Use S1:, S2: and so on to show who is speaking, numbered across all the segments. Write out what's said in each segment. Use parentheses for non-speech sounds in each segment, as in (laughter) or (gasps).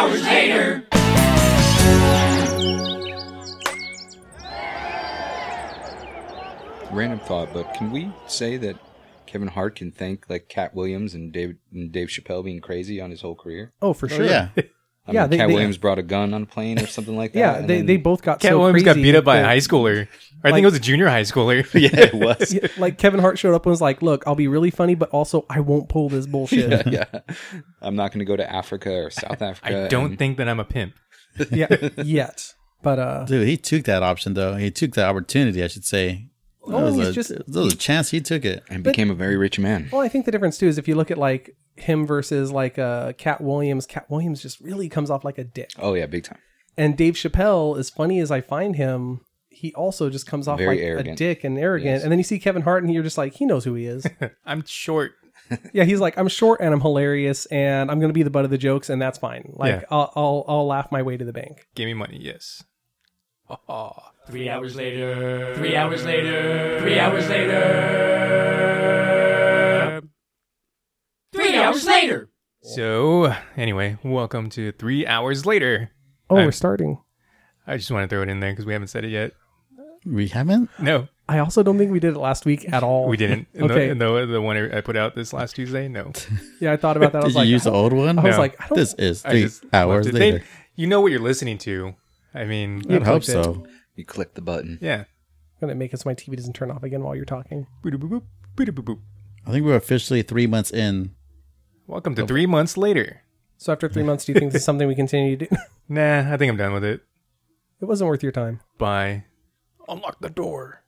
S1: later.
S2: Random thought, but can we say that Kevin Hart can thank like Cat Williams and Dave and Dave Chappelle being crazy on his whole career?
S3: Oh, for
S4: Oh,
S3: sure.
S4: yeah.
S2: I
S3: Yeah,
S2: mean,
S3: they-
S2: Cat
S3: they-
S2: Williams brought a gun on a plane or something
S3: (laughs)
S2: like that.
S3: Yeah,
S2: and
S3: they,
S2: then-
S3: they both got
S4: Cat
S3: so
S4: Williams got
S3: crazy
S4: beat up by a
S3: that-
S4: high schooler. Or I
S3: Like-
S4: think it was a junior high schooler.
S2: yeah, it was. (laughs)
S3: (laughs) Yeah, like Kevin Hart showed up and was like, "Look, I'll be really funny, but also I won't pull this bullshit."
S2: yeah, yeah. I'm not going to go to Africa
S3: (laughs)
S2: or South Africa.
S4: I don't
S2: and-
S4: think that I'm a pimp.
S3: yeah, (laughs) yet. But uh,
S4: Dude.
S3: yeah,
S4: Yeah.
S5: Dude, he took that option though. He took that opportunity, I should say.
S3: Oh,
S5: There was
S3: he's
S5: a,
S3: just-
S5: there was a chance he took it.
S2: and became a very rich man.
S3: well, I think the difference too is if you look at like him versus like uh Cat Williams, Cat Williams just really comes off like a dick.
S2: Oh yeah, big time.
S3: And Dave Chappelle, as funny as I find him, he also just comes off
S2: Very
S3: like a
S2: arrogant.
S3: dick and arrogant.
S2: Yes.
S3: And then you see Kevin Hart, and you're just like, he knows who he is.
S4: I'm short.
S3: yeah, he's like, I'm short and I'm hilarious, and I'm gonna be the butt of the jokes, and that's fine. Like,
S4: Yeah.
S3: I'll, I'll I'll laugh my way to the bank.
S4: Give me money. Yes. Ha ha.
S1: Three hours later. Three hours later. Three hours later. Three hours later.
S4: So, anyway, welcome to three hours later.
S3: Oh,
S4: I'm-
S3: we're starting.
S4: I just want to throw it in there because we haven't said it yet.
S5: We haven't?
S4: No,
S3: I also don't think we did it last week at all. (laughs)
S4: we didn't. In
S3: Okay.
S4: The, in the, the one I put out this last Tuesday, no.
S3: Yeah, I thought about
S5: (laughs)
S3: that. I
S5: Did
S3: was
S5: you
S3: like,
S5: use the old one?
S3: I was
S4: No.
S3: like, I don't.
S5: This is
S4: I
S5: three
S4: just
S5: hours
S4: left it. They-
S5: later.
S4: you know what you're listening to. I mean,
S3: Yeah.
S5: I'd hope
S3: clicked it.
S5: so.
S2: You click the button.
S4: yeah.
S3: I'm gonna make it so my TV doesn't turn off again while you're talking.
S4: Boop-a-boop, boop-a-boop-boop.
S5: I think we're officially three months in.
S4: Welcome to three months later.
S3: So after three months, do you think this is something we continue to do? (laughs)
S4: Nah, I think I'm done with it.
S3: it wasn't worth your time.
S4: Bye. Unlock the door.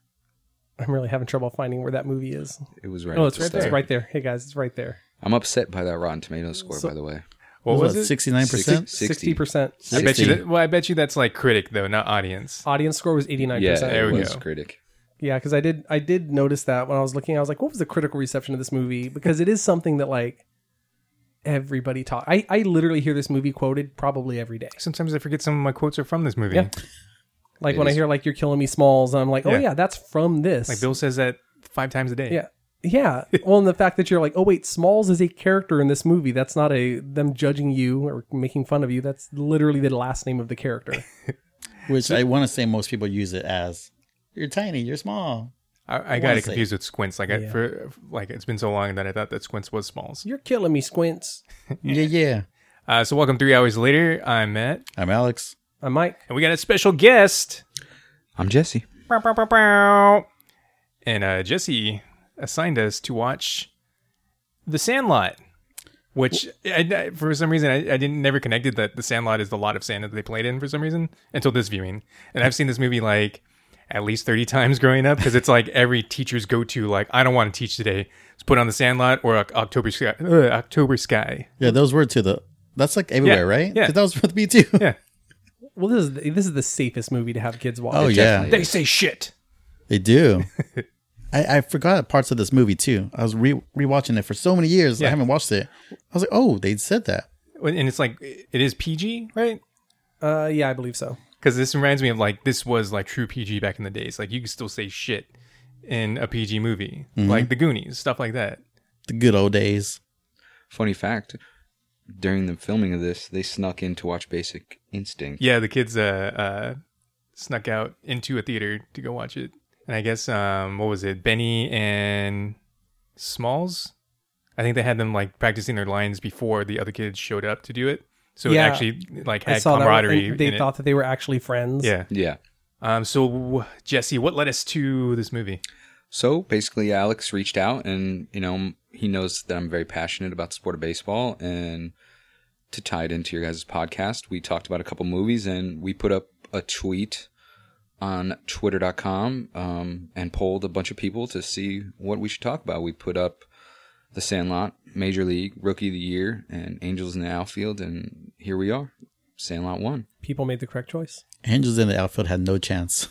S3: I'm really having trouble finding where that movie is.
S2: It was right. at
S3: oh, it's
S2: the
S3: right there.
S2: start.
S3: It's right there. Hey guys, it's right there.
S2: I'm upset by that Rotten Tomatoes score, by the way.
S4: What was, it?
S5: Sixty nine percent.
S3: Sixty percent.
S4: I bet you
S5: 60.
S4: that, well, I bet you that's like critic though, not audience.
S3: Audience score was 89.
S2: Yeah,
S3: percent
S4: There
S2: there
S4: we
S2: we was
S4: go.
S2: critic.
S3: Yeah, because I did. I did notice that when I was looking, I was like, what was the critical reception of this movie? Because it is something that like everybody talk. I I literally hear this movie quoted probably every day.
S4: Sometimes I forget some of my quotes are from this movie.
S3: Yeah. Like
S2: It
S3: when I
S2: is.
S3: hear like "You're killing me, Smalls," I'm like, "Oh
S4: Yeah.
S3: yeah, that's from this."
S4: Like Bill says that five times a day.
S3: Yeah. Yeah. Well, and the fact that you're like, oh wait, Smalls is a character in this movie. That's not a them judging you or making fun of you. That's literally the last name of the character.
S5: Which I wanna say most people use it as you're tiny, you're small.
S4: I, I got
S5: Honestly.
S4: it confused with Squints. Like I,
S3: Yeah.
S4: for like it's been so long that I thought that Squints was Smalls.
S3: you're killing me, Squints.
S5: Yeah, yeah.
S4: Uh, so welcome three hours later. I'm Matt,
S5: I'm Alex.
S3: I'm Mike.
S4: and we got a special guest.
S2: I'm Jesse.
S4: Bow, bow, bow, bow. And uh, Jesse assigned us to watch The Sandlot, which I, I- for some reason I, I didn't never connected that The Sandlot is the lot of sand that they played in for some reason until this viewing. And I've seen this movie like at least 30 times growing up because it's like every teacher's go to like I don't want to teach today. Let's put on The Sandlot or Oc- October Sky. Ugh, October Sky.
S5: Yeah, those were to the that's like everywhere, right?
S4: yeah.
S5: 'Cause that was with me too.
S4: Yeah.
S3: Well, this is this is the safest movie to have kids watch.
S5: (laughs) Oh yeah.
S2: definitely
S4: They say shit.
S5: They do.
S4: (laughs)
S5: I, I forgot parts of this movie too. I was re rewatching it for so many years.
S4: Yeah.
S5: I haven't watched it. I was like, oh, they said that.
S4: And it's like it is PG, right?
S3: Uh, yeah, I believe so.
S4: because this reminds me of like this was like true PG back in the days. Like you could still say shit in a PG movie,
S3: Mm-hmm.
S4: like The Goonies, stuff like that.
S5: The good old days.
S2: Funny fact: during the filming of this, they snuck in to watch Basic Instinct.
S4: Yeah, the kids uh, uh snuck out into a theater to go watch it, and I guess um what was it, Benny and Smalls? I think they had them like practicing their lines before the other kids showed up to do it, so it
S3: Yeah.
S4: actually like
S3: I
S4: had
S3: saw that.
S4: camaraderie.
S3: and they
S4: in
S3: thought that they were actually friends.
S4: it. yeah.
S2: Yeah.
S4: Um. So Jesse, what led us to this movie?
S2: So basically, Alex reached out, and you know he knows that I'm very passionate about the sport of baseball. And to tie it into your guys' podcast, we talked about a couple movies, and we put up a tweet on Twitter.com um, and polled a bunch of people to see what we should talk about. We put up The Sandlot, Major League, Rookie of the Year, and Angels in the Outfield, and here we are. Sandlot won.
S3: People made the correct choice.
S5: Angels in the outfield had no
S3: (laughs)
S5: chance.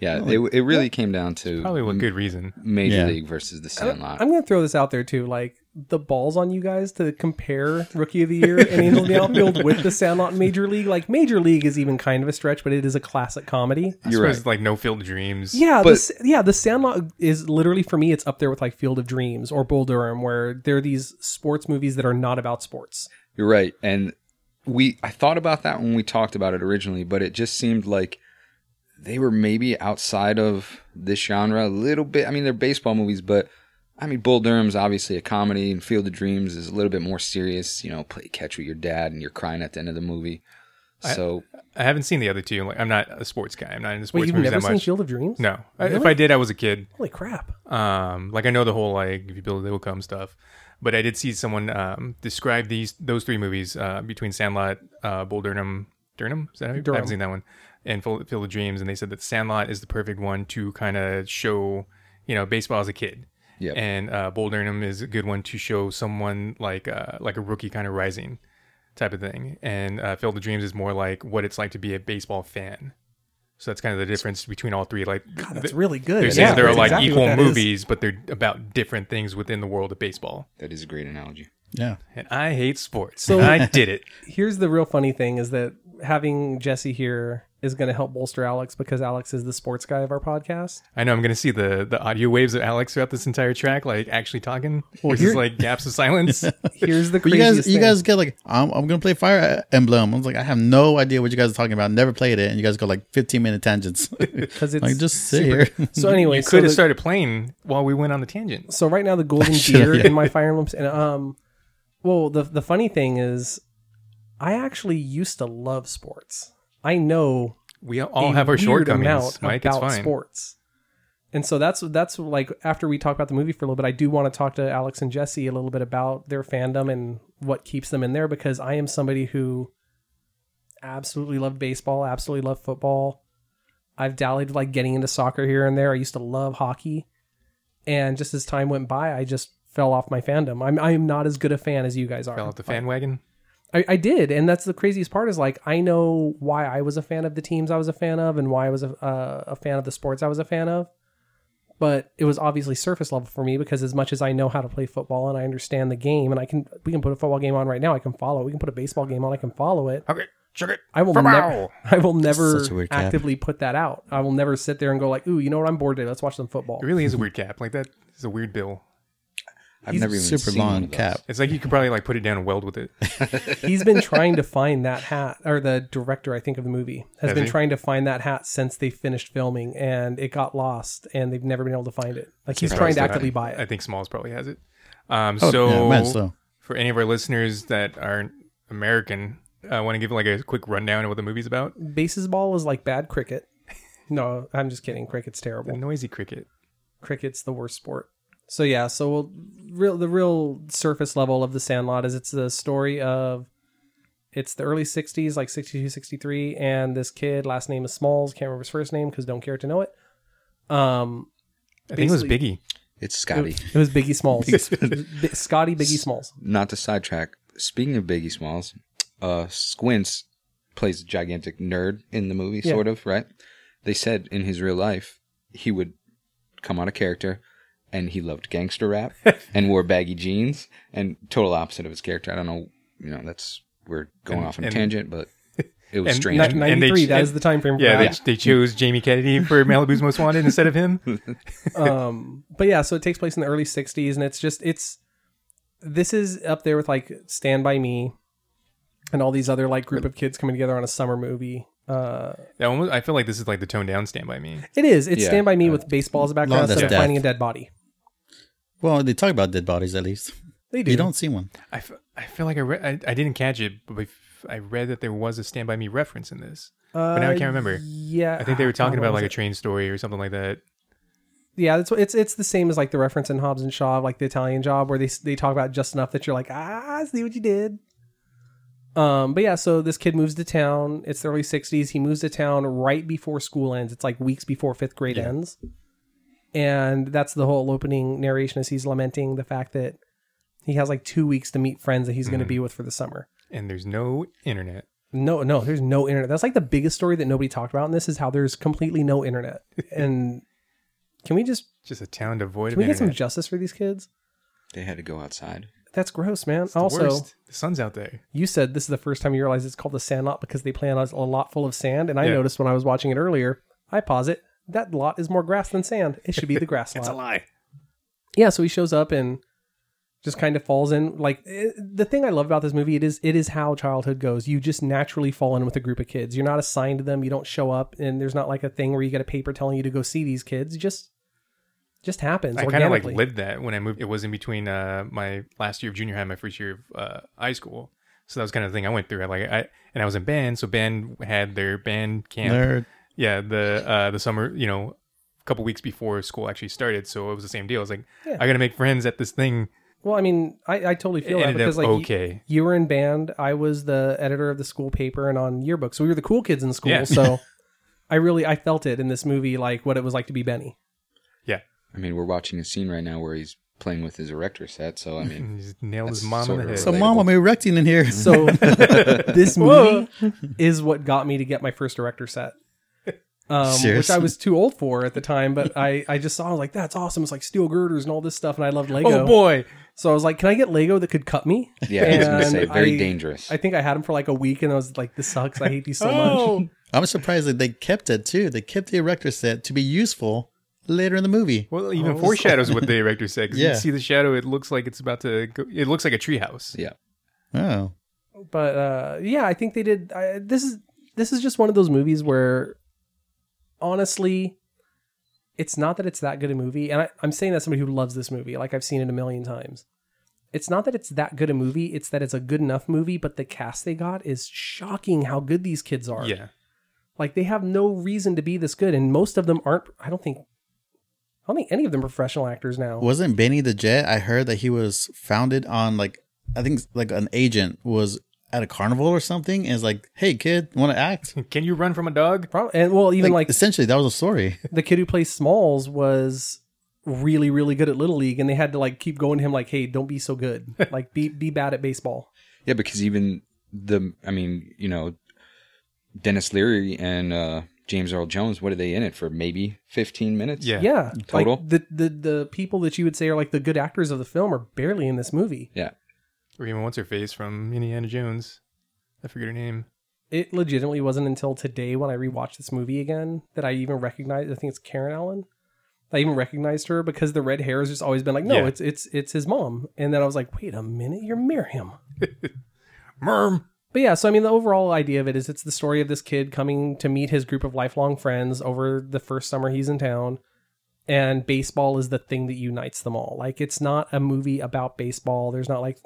S2: Yeah, it, it really came down to
S4: Probably
S3: Mm.
S4: with good reason.
S2: Major
S5: Yeah.
S2: League versus the Sandlot.
S3: I'm gonna throw this out there too. Like the balls on you guys to compare Rookie of the Year and Angel in the Outfield with the Sandlot and Major League. Like Major League is even kind of a stretch, but it is a classic comedy.
S4: I
S2: You're
S4: suppose
S2: right.
S4: like no field dreams.
S3: Yeah,
S2: But-
S3: the, S- yeah, the Sandlot is literally for me. It's up there with like Field of Dreams or Bull Durham, where there are these sports movies that are not about sports.
S2: You're right. And we I thought about that when we talked about it originally, but it just seemed like they were maybe outside of this genre a little bit. I mean, they're baseball movies, but I mean, Bull Durham's obviously a comedy, and Field of Dreams is a little bit more serious. You know, play catch with your dad, and you're crying at the end of the movie.
S4: I-
S2: So
S4: I haven't seen the other two. Like, I'm not a sports guy. I'm not into sports
S3: Wait, you've
S4: movies
S3: never
S4: that
S3: seen
S4: much.
S3: Field of Dreams?
S4: no, I- if
S3: Really?
S4: I did, I was a kid.
S3: Holy crap!
S4: Um, like I know the whole like if you build it, they will come stuff, but I did see someone um, describe these those three movies uh, between Sandlot, uh, Bull Durham, Durham. Is that how you, I
S3: Durham.
S4: haven't seen that one, and Field Field of Dreams, and they said that Sandlot is the perfect one to kind of show you know baseball as a kid.
S2: Yep.
S4: and uh, Bull Durham is a good one to show someone like uh, like a rookie kind of rising type of thing, and uh, Field of Dreams is more like what it's like to be a baseball fan. So that's kind of the difference between all three. Like
S3: God,
S4: th-
S3: that's really good.
S4: they're saying
S3: Yeah,
S4: they're
S3: that's
S4: like
S3: exactly what
S4: equal
S3: that is.
S4: movies, but they're about different things within the world of baseball.
S2: that is a great analogy.
S5: Yeah.
S4: And I hate sports.
S3: So-
S4: and I did it.
S3: Here's the real funny thing: is that having Jesse here is going to help bolster Alex because Alex is the sports guy of our podcast.
S4: I know I'm going to see the the audio waves of Alex throughout this entire track, like actually talking. Or just
S3: here-
S4: like gaps
S3: (laughs)
S4: of silence.
S3: Here's the
S5: (laughs) But you
S3: craziest
S5: guys, you
S3: thing.
S5: guys get like, I'm, I'm gonna play Fire Emblem. I was like, I have no idea what you guys are talking about. Never played it, and you guys go like 15
S3: (laughs)
S5: minute tangents. (laughs)
S3: because it's
S5: like just sit here.
S3: (laughs) so anyway.
S4: you
S3: so,
S4: could have
S3: the-
S4: started playing while we went on the tangent.
S3: so right now the
S5: (laughs)
S3: golden
S5: Should've,
S3: deer
S5: yeah.
S3: in my Fire Emblems, and um, well, the the funny thing is, I actually used to love sports. I know
S4: We all
S3: a
S4: have our
S3: weird
S4: shortcomings,
S3: amount
S4: Mike. It's
S3: about
S4: fine.
S3: sports. And so that's that's like after we talk about the movie for a little bit, I do want to talk to Alex and Jesse a little bit about their fandom and what keeps them in there because I am somebody who absolutely loved baseball, absolutely loved football. I've dallied with like getting into soccer here and there. I used to love hockey, and just as time went by, I just fell off my fandom. I'm I am not as good a fan as you guys are.
S4: Fell off the fan wagon.
S3: I, I did, and that's the craziest part is like I know why I was a fan of the teams I was a fan of, and why I was a, uh, a fan of the sports I was a fan of. But it was obviously surface level for me because as much as I know how to play football and I understand the game, and I can we can put a football game on right now, I can follow. it. We can put a baseball game on, I can follow it.
S4: Okay, check it.
S3: I will never,
S4: Football!
S3: I will never
S5: Such a weird cap.
S3: actively put that out. I will never sit there and go like, ooh, you know what? I'm bored today. Let's watch some football.
S4: It really is a weird cap. Like that is a weird bill.
S2: I've
S5: He's
S2: never even
S5: super
S2: seen one
S5: long
S2: of those.
S5: cap.
S4: It's like you could probably like put it down and weld with it.
S3: He's been trying to find that hat, or the director, I think, of the movie has
S4: Has
S3: been
S4: he?
S3: trying to find that hat since they finished filming, and it got lost, and they've never been able to find it. Like he's trying to actively buy
S4: I
S3: it.
S4: think Smalls probably has it. Um,
S5: Oh,
S4: so,
S5: (laughs) yeah, might as well.
S4: for any of our listeners that aren't American, I want to give like a quick rundown of what the movie's about.
S3: Baseball is like bad cricket. (laughs) No, I'm just kidding. Cricket's terrible.
S4: The noisy cricket.
S3: cricket's the worst sport. So yeah, so we'll, real the real surface level of the Sandlot is it's the story of it's the early 60s, like 62, 63 and this kid last name is Smalls, can't remember his first name cuz don't care to know it. Um
S4: I think it was
S3: Basically-
S4: Biggie.
S2: It's Scotty.
S3: it was Biggie
S4: (laughs)
S3: Smalls. B- Scotty Biggie Smalls.
S2: Not to sidetrack. Speaking of Biggie Smalls, uh, Squints plays a gigantic nerd in the movie,
S3: Yeah.
S2: sort of, right? They said in his real life he would come out of character, and he loved gangster rap and wore baggy jeans, and total opposite of his character. I don't know, you know, that's we're going
S4: And-
S2: off on a
S4: and-
S2: tangent, but it was
S4: and-
S2: strange.
S4: And-
S3: Nin-
S4: and they-
S3: 93 that is the time frame for
S4: Yeah,
S3: that.
S4: they, they chose Jamie Kennedy for Malibu's Most Wanted instead
S3: (laughs)
S4: of him.
S3: um but yeah so it takes place in the early 60s and it's just it's this is up there with like stand by me and all these other like group of kids coming together on a summer movie uh
S4: That one was, I feel like this is like the toned down Stand by Me.
S3: it is it's
S2: Yeah.
S3: stand by me with baseball as a
S5: Law
S3: background
S5: of
S3: instead of
S5: Death.
S3: finding a dead body
S5: Well, they talk about dead bodies at least.
S3: they do
S5: You don't see one.
S4: I, f- I feel like I, re- I I didn't catch it, but if- I read that there was a Stand by Me reference in this. but now I
S3: Uh,
S4: can't remember.
S3: yeah
S4: I think
S3: (laughs)
S4: they were talking
S3: God, what
S4: about
S3: was
S4: like
S3: it?
S4: a train story or something like that.
S3: yeah that's what it's it's the same as like the reference in hobbs and shaw like the italian job where they s- they talk about just enough that you're like ah I see what you did um but yeah so this kid moves to town it's the early 60s he moves to town right before school ends it's like weeks before fifth grade ends and that's the whole opening narration as he's lamenting the fact that he has like two weeks to meet friends that he's going to be with for the summer
S4: And there's no internet.
S3: no, no, there's no internet. That's like the biggest story that nobody talked about in this is how there's completely no internet. And can we just
S4: Just a town devoid
S3: can we
S4: of
S3: get some
S4: internet.
S3: justice for these kids?
S2: they had to go outside.
S3: That's gross, man.
S4: The
S3: also,
S4: worst. the sun's out there.
S3: you said this is the first time you realize it's called the sand lot because they play on a lot full of sand. And I
S4: Yeah.
S3: noticed when I was watching it earlier, I pause it. That
S4: (laughs)
S3: lot is more grass than sand. It should be the grass lot.
S4: lie.
S3: Yeah, so he shows up and just kind of falls in like eh, the thing i love about this movie it is it is how childhood goes you just naturally fall in with a group of kids you're not assigned to them you don't show up and there's not like a thing where you get a paper telling you to go see these kids It just just happens
S4: I kind of like
S3: organically
S4: lived that when I moved. It was in between uh, my last year of junior high, and my first year of uh, high school. So that was kind of the thing I went through. I like I and I was in band, so band had their band camp.
S5: Nerd.
S4: Yeah, the uh, the summer, you know, a couple weeks before school actually started. So it was the same deal. I was like,
S3: Yeah.
S4: I gotta make friends at this thing.
S3: well i mean i, I totally
S4: It
S3: feel that
S4: ended
S3: because
S4: up
S3: like you-
S4: okay.
S3: you were in band i was the editor of the school paper and on yearbook so we were the cool kids in school
S4: Yeah.
S3: so i really i felt it in this movie like what it was like to be benny
S2: I mean, we're watching a scene right now where he's playing with his erector set. So I
S4: (laughs)
S2: mean,
S4: And just nailed his
S2: That's
S4: mom in the
S2: sorta
S4: head.
S5: So,
S2: Relatable.
S5: mom, I'm erecting in
S4: (laughs)
S5: here.
S3: so this movie is what got me to get my first director set um, which
S5: Serious?
S3: i was too old for at the time but i i just saw I was like that's awesome it's like steel girders and all this stuff and i loved lego
S4: oh boy,
S3: so i was like can i get lego that could cut me
S2: yeah, I was gonna
S3: And
S2: say very
S3: I-
S2: dangerous.
S3: i think i had them for like a week and i was like this sucks i hate these so
S4: Oh.
S3: much
S5: I'm surprised that they kept it too. They kept the erector set to be useful later in the movie.
S3: (laughs)
S4: Well, it even foreshadows what the director said. 'cause
S5: Yeah.
S4: You see the shadow; it looks like it's about to. Go, it looks like a treehouse.
S2: yeah,
S5: Oh,
S3: but uh, yeah, I think they did. I, this is this is just one of those movies where, honestly, it's not that it's that good a movie, and I, I'm saying that as somebody who loves this movie, like I've seen it a million times. It's not that it's that good a movie; it's that it's a good enough movie. But the cast they got is shocking. How good these kids are!
S4: Yeah,
S3: like they have no reason to be this good, and most of them aren't. I don't think, I don't think any of them are professional actors now.
S5: wasn't Benny the Jet? I heard that he was founded on like I think like an agent was at a carnival or something, and is like, "Hey, kid, want to act?"
S4: can you run from a dog?
S3: Pro- and well, even like
S5: essentially, that was a story. (laughs)
S3: the kid who plays Smalls was really, really good at Little League, and they had to like keep going to him like, "Hey, don't be so good. like, be be bad at baseball."
S2: yeah, because even the, I mean, you know, Dennis Leary and uh, James Earl Jones. What are they in it for? Maybe fifteen minutes.
S4: Yeah,
S3: Yeah,
S2: Total.
S3: Like, the the the people that you would say are like the good actors of the film are barely in this movie.
S4: or even what's her face from Indiana Jones. I forget her name.
S3: It legitimately wasn't until today when I rewatched this movie again that I even recognized. I think it's Karen Allen. I even recognized her because the red hair has just always been like, no,
S4: Yeah.
S3: it's it's it's his mom. And then I was like, wait a minute, you're Miriam.
S4: Merm.
S3: But yeah, so I mean, the overall idea of it is it's the story of this kid coming to meet his group of lifelong friends over the first summer he's in town. And baseball is the thing that unites them all. Like, it's not a movie about baseball. There's not like,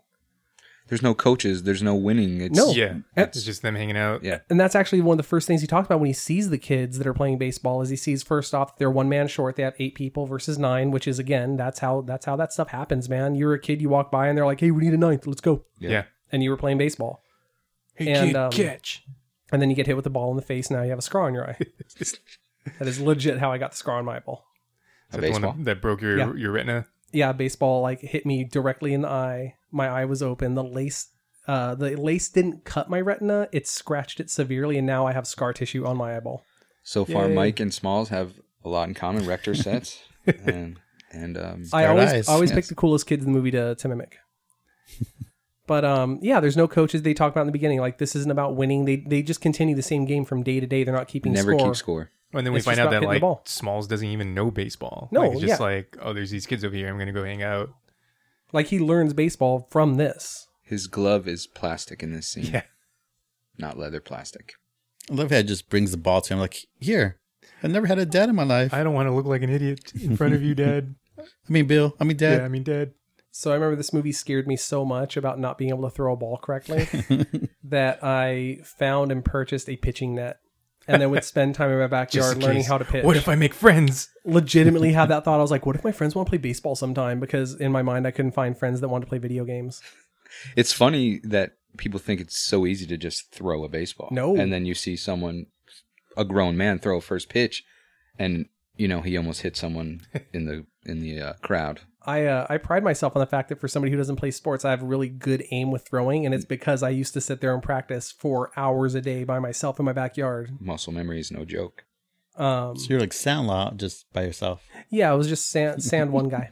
S2: There's no coaches. There's no winning. It's,
S3: No.
S4: Yeah,
S3: Eh.
S4: it's just them hanging out.
S2: Yeah.
S3: and that's actually one of the first things he talks about when he sees the kids that are playing baseball. Is he sees first off they're one man short. They have eight people versus nine, which is again that's how that's how that stuff happens, man. You're a kid, you walk by, and they're like, "Hey, we need a ninth. Let's go."
S2: Yeah.
S4: Yeah.
S3: And you were playing baseball,
S4: He
S3: And,
S4: can't
S3: um,
S4: catch.
S3: and then you get hit with the ball in the face. Now you have a scar on your eye. that is legit how I got the scar on my eyeball.
S4: Is
S2: A
S4: that the one
S2: baseball.
S4: that, that broke your
S3: Yeah.
S4: your retina?
S3: yeah, baseball like hit me directly in the eye. My eye was open. The lace, uh, the lace didn't cut my retina. It scratched it severely, and now I have scar tissue on my eyeball.
S2: So far,
S4: Yay.
S2: Mike and Smalls have a lot in common.
S4: (laughs)
S2: Rector sets and and um,
S3: I always,
S5: Paradise.
S3: I always
S2: Yes.
S3: pick the coolest kids in the movie to, to mimic. (laughs) but um, yeah, there's no coaches. They talk about in the beginning like this isn't about winning. They they just continue the same game from day to day. They're not keeping
S2: never
S3: score.
S2: keep score.
S4: Oh, And then we
S3: It's
S4: find
S3: just
S4: out
S3: about
S4: that
S3: hitting the
S4: like
S3: ball.
S4: Smalls doesn't even know baseball.
S3: No,
S4: like, it's just
S3: yeah.
S4: like oh, there's these kids over here. I'm gonna go hang out.
S3: Like he learns baseball from this.
S2: His glove is plastic in this scene.
S4: Yeah.
S2: Not leather plastic.
S5: I love how it just brings the ball to him. Like, here, I never had a dad in my life. I,
S4: I don't want to look like an idiot in
S3: (laughs)
S4: front of you, Dad.
S5: mean, Bill. I mean,
S4: yeah.
S5: dad.
S4: I mean, Dad.
S3: So I remember this movie scared me so much about not being able to throw a ball
S4: (laughs)
S3: correctly that I found and purchased a pitching net. And then would spend time in my
S4: Just
S3: backyard
S4: in
S3: learning
S4: case.
S3: how to pitch.
S4: What if I make friends?
S3: legitimately had that thought? I was like, what if my friends want to play baseball sometime? Because in my mind, I couldn't find friends that wanted to play video games.
S2: It's funny that people think it's so easy to just throw a baseball.
S3: No.
S2: And then you see someone, a grown man, throw a first pitch, and you know he almost hit
S3: (laughs)
S2: someone in the in the uh, crowd.
S3: I uh, I pride myself on the fact that for somebody who doesn't play sports, I have really good aim with throwing, and it's because I used to sit there and practice for hours a day by myself in my backyard.
S2: Muscle memory is no joke.
S3: Um,
S5: So you're like sound loud just by yourself.
S3: yeah, I was just sand, sand one guy.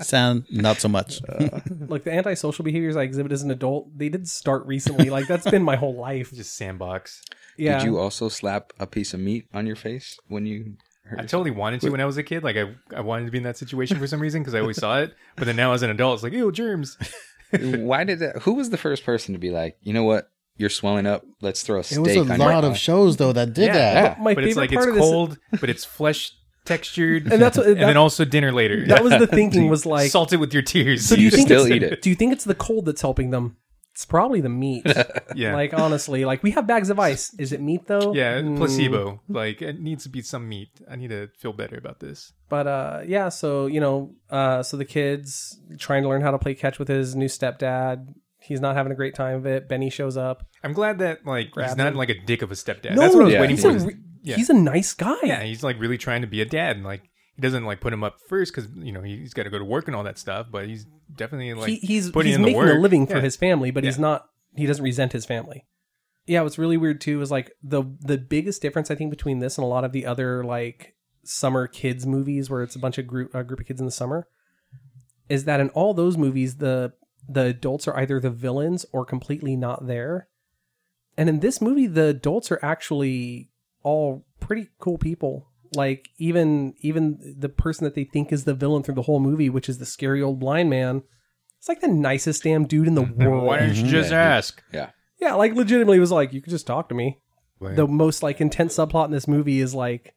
S5: Sound not so much. (laughs)
S3: like the antisocial behaviors I exhibit as an adult, they did start recently. Like that's been my whole life.
S4: Just sandbox.
S3: Yeah.
S2: Did you also slap a piece of meat on your face when you?
S4: I totally wanted to when I was a kid. Like I, I wanted to be in that situation for some reason because I always saw it. But then now as an adult, it's like, ew, germs.
S2: Why did that? Who was the first person to be like, you know what? You're swelling up. Let's throw a
S5: It
S2: stick
S5: was a
S2: on
S5: lot
S2: your
S5: of shows though that did
S4: Yeah.
S5: that.
S2: Yeah.
S3: My
S4: but it's
S3: favorite
S4: like it's
S3: part of this-
S4: cold, but it's flesh textured,
S3: And that's what-
S4: and
S3: that-
S4: then also dinner
S3: (laughs)
S4: later. (laughs)
S3: That was the thinking was like,
S4: salt it with your tears.
S3: so do
S2: You
S3: you think
S2: still
S3: it's-
S2: eat it.
S3: Do you think it's the cold that's helping them? It's probably the meat.
S4: (laughs) yeah,
S3: Like honestly, like we have bags of ice. Is it meat though?
S4: yeah,
S3: Mm,
S4: placebo. Like it needs to be some meat. I need to feel better about this.
S3: But uh, yeah, so you know, uh, so the kids trying to learn how to play catch with his new stepdad. He's not having a great time of it. Benny shows up. I'm
S4: I'm glad that like he's
S3: Grab
S4: not
S3: him.
S4: like a dick of a stepdad.
S3: no,
S4: that's what I was
S2: yeah,
S4: waiting
S3: he's
S4: for.
S3: A,
S4: is-
S3: re-
S4: yeah.
S3: He's a nice guy.
S4: yeah, he's like really trying to be a dad. And, like he doesn't like put him up first because you know he's got to go to work and all that stuff. But he's definitely like
S3: he, he's
S4: putting
S3: he's
S4: in
S3: making
S4: the work.
S3: a living for
S4: Yeah.
S3: his family, but he's
S4: Yeah.
S3: not. He doesn't resent his family. Yeah, what's really weird too is like the the biggest difference I think between this and a lot of the other like summer kids movies where it's a bunch of group a group of kids in the summer is that in all those movies the the adults are either the villains or completely not there. And in this movie the adults are actually all pretty cool people. Like even even the person that they think is the villain through the whole movie, which is the scary old blind man, it's like the nicest damn dude in the
S4: (laughs) Why
S3: world.
S4: don't you just ask?
S3: yeah, like legitimately was like, you could just talk to me.
S4: Like,
S3: The most like intense subplot in this movie is like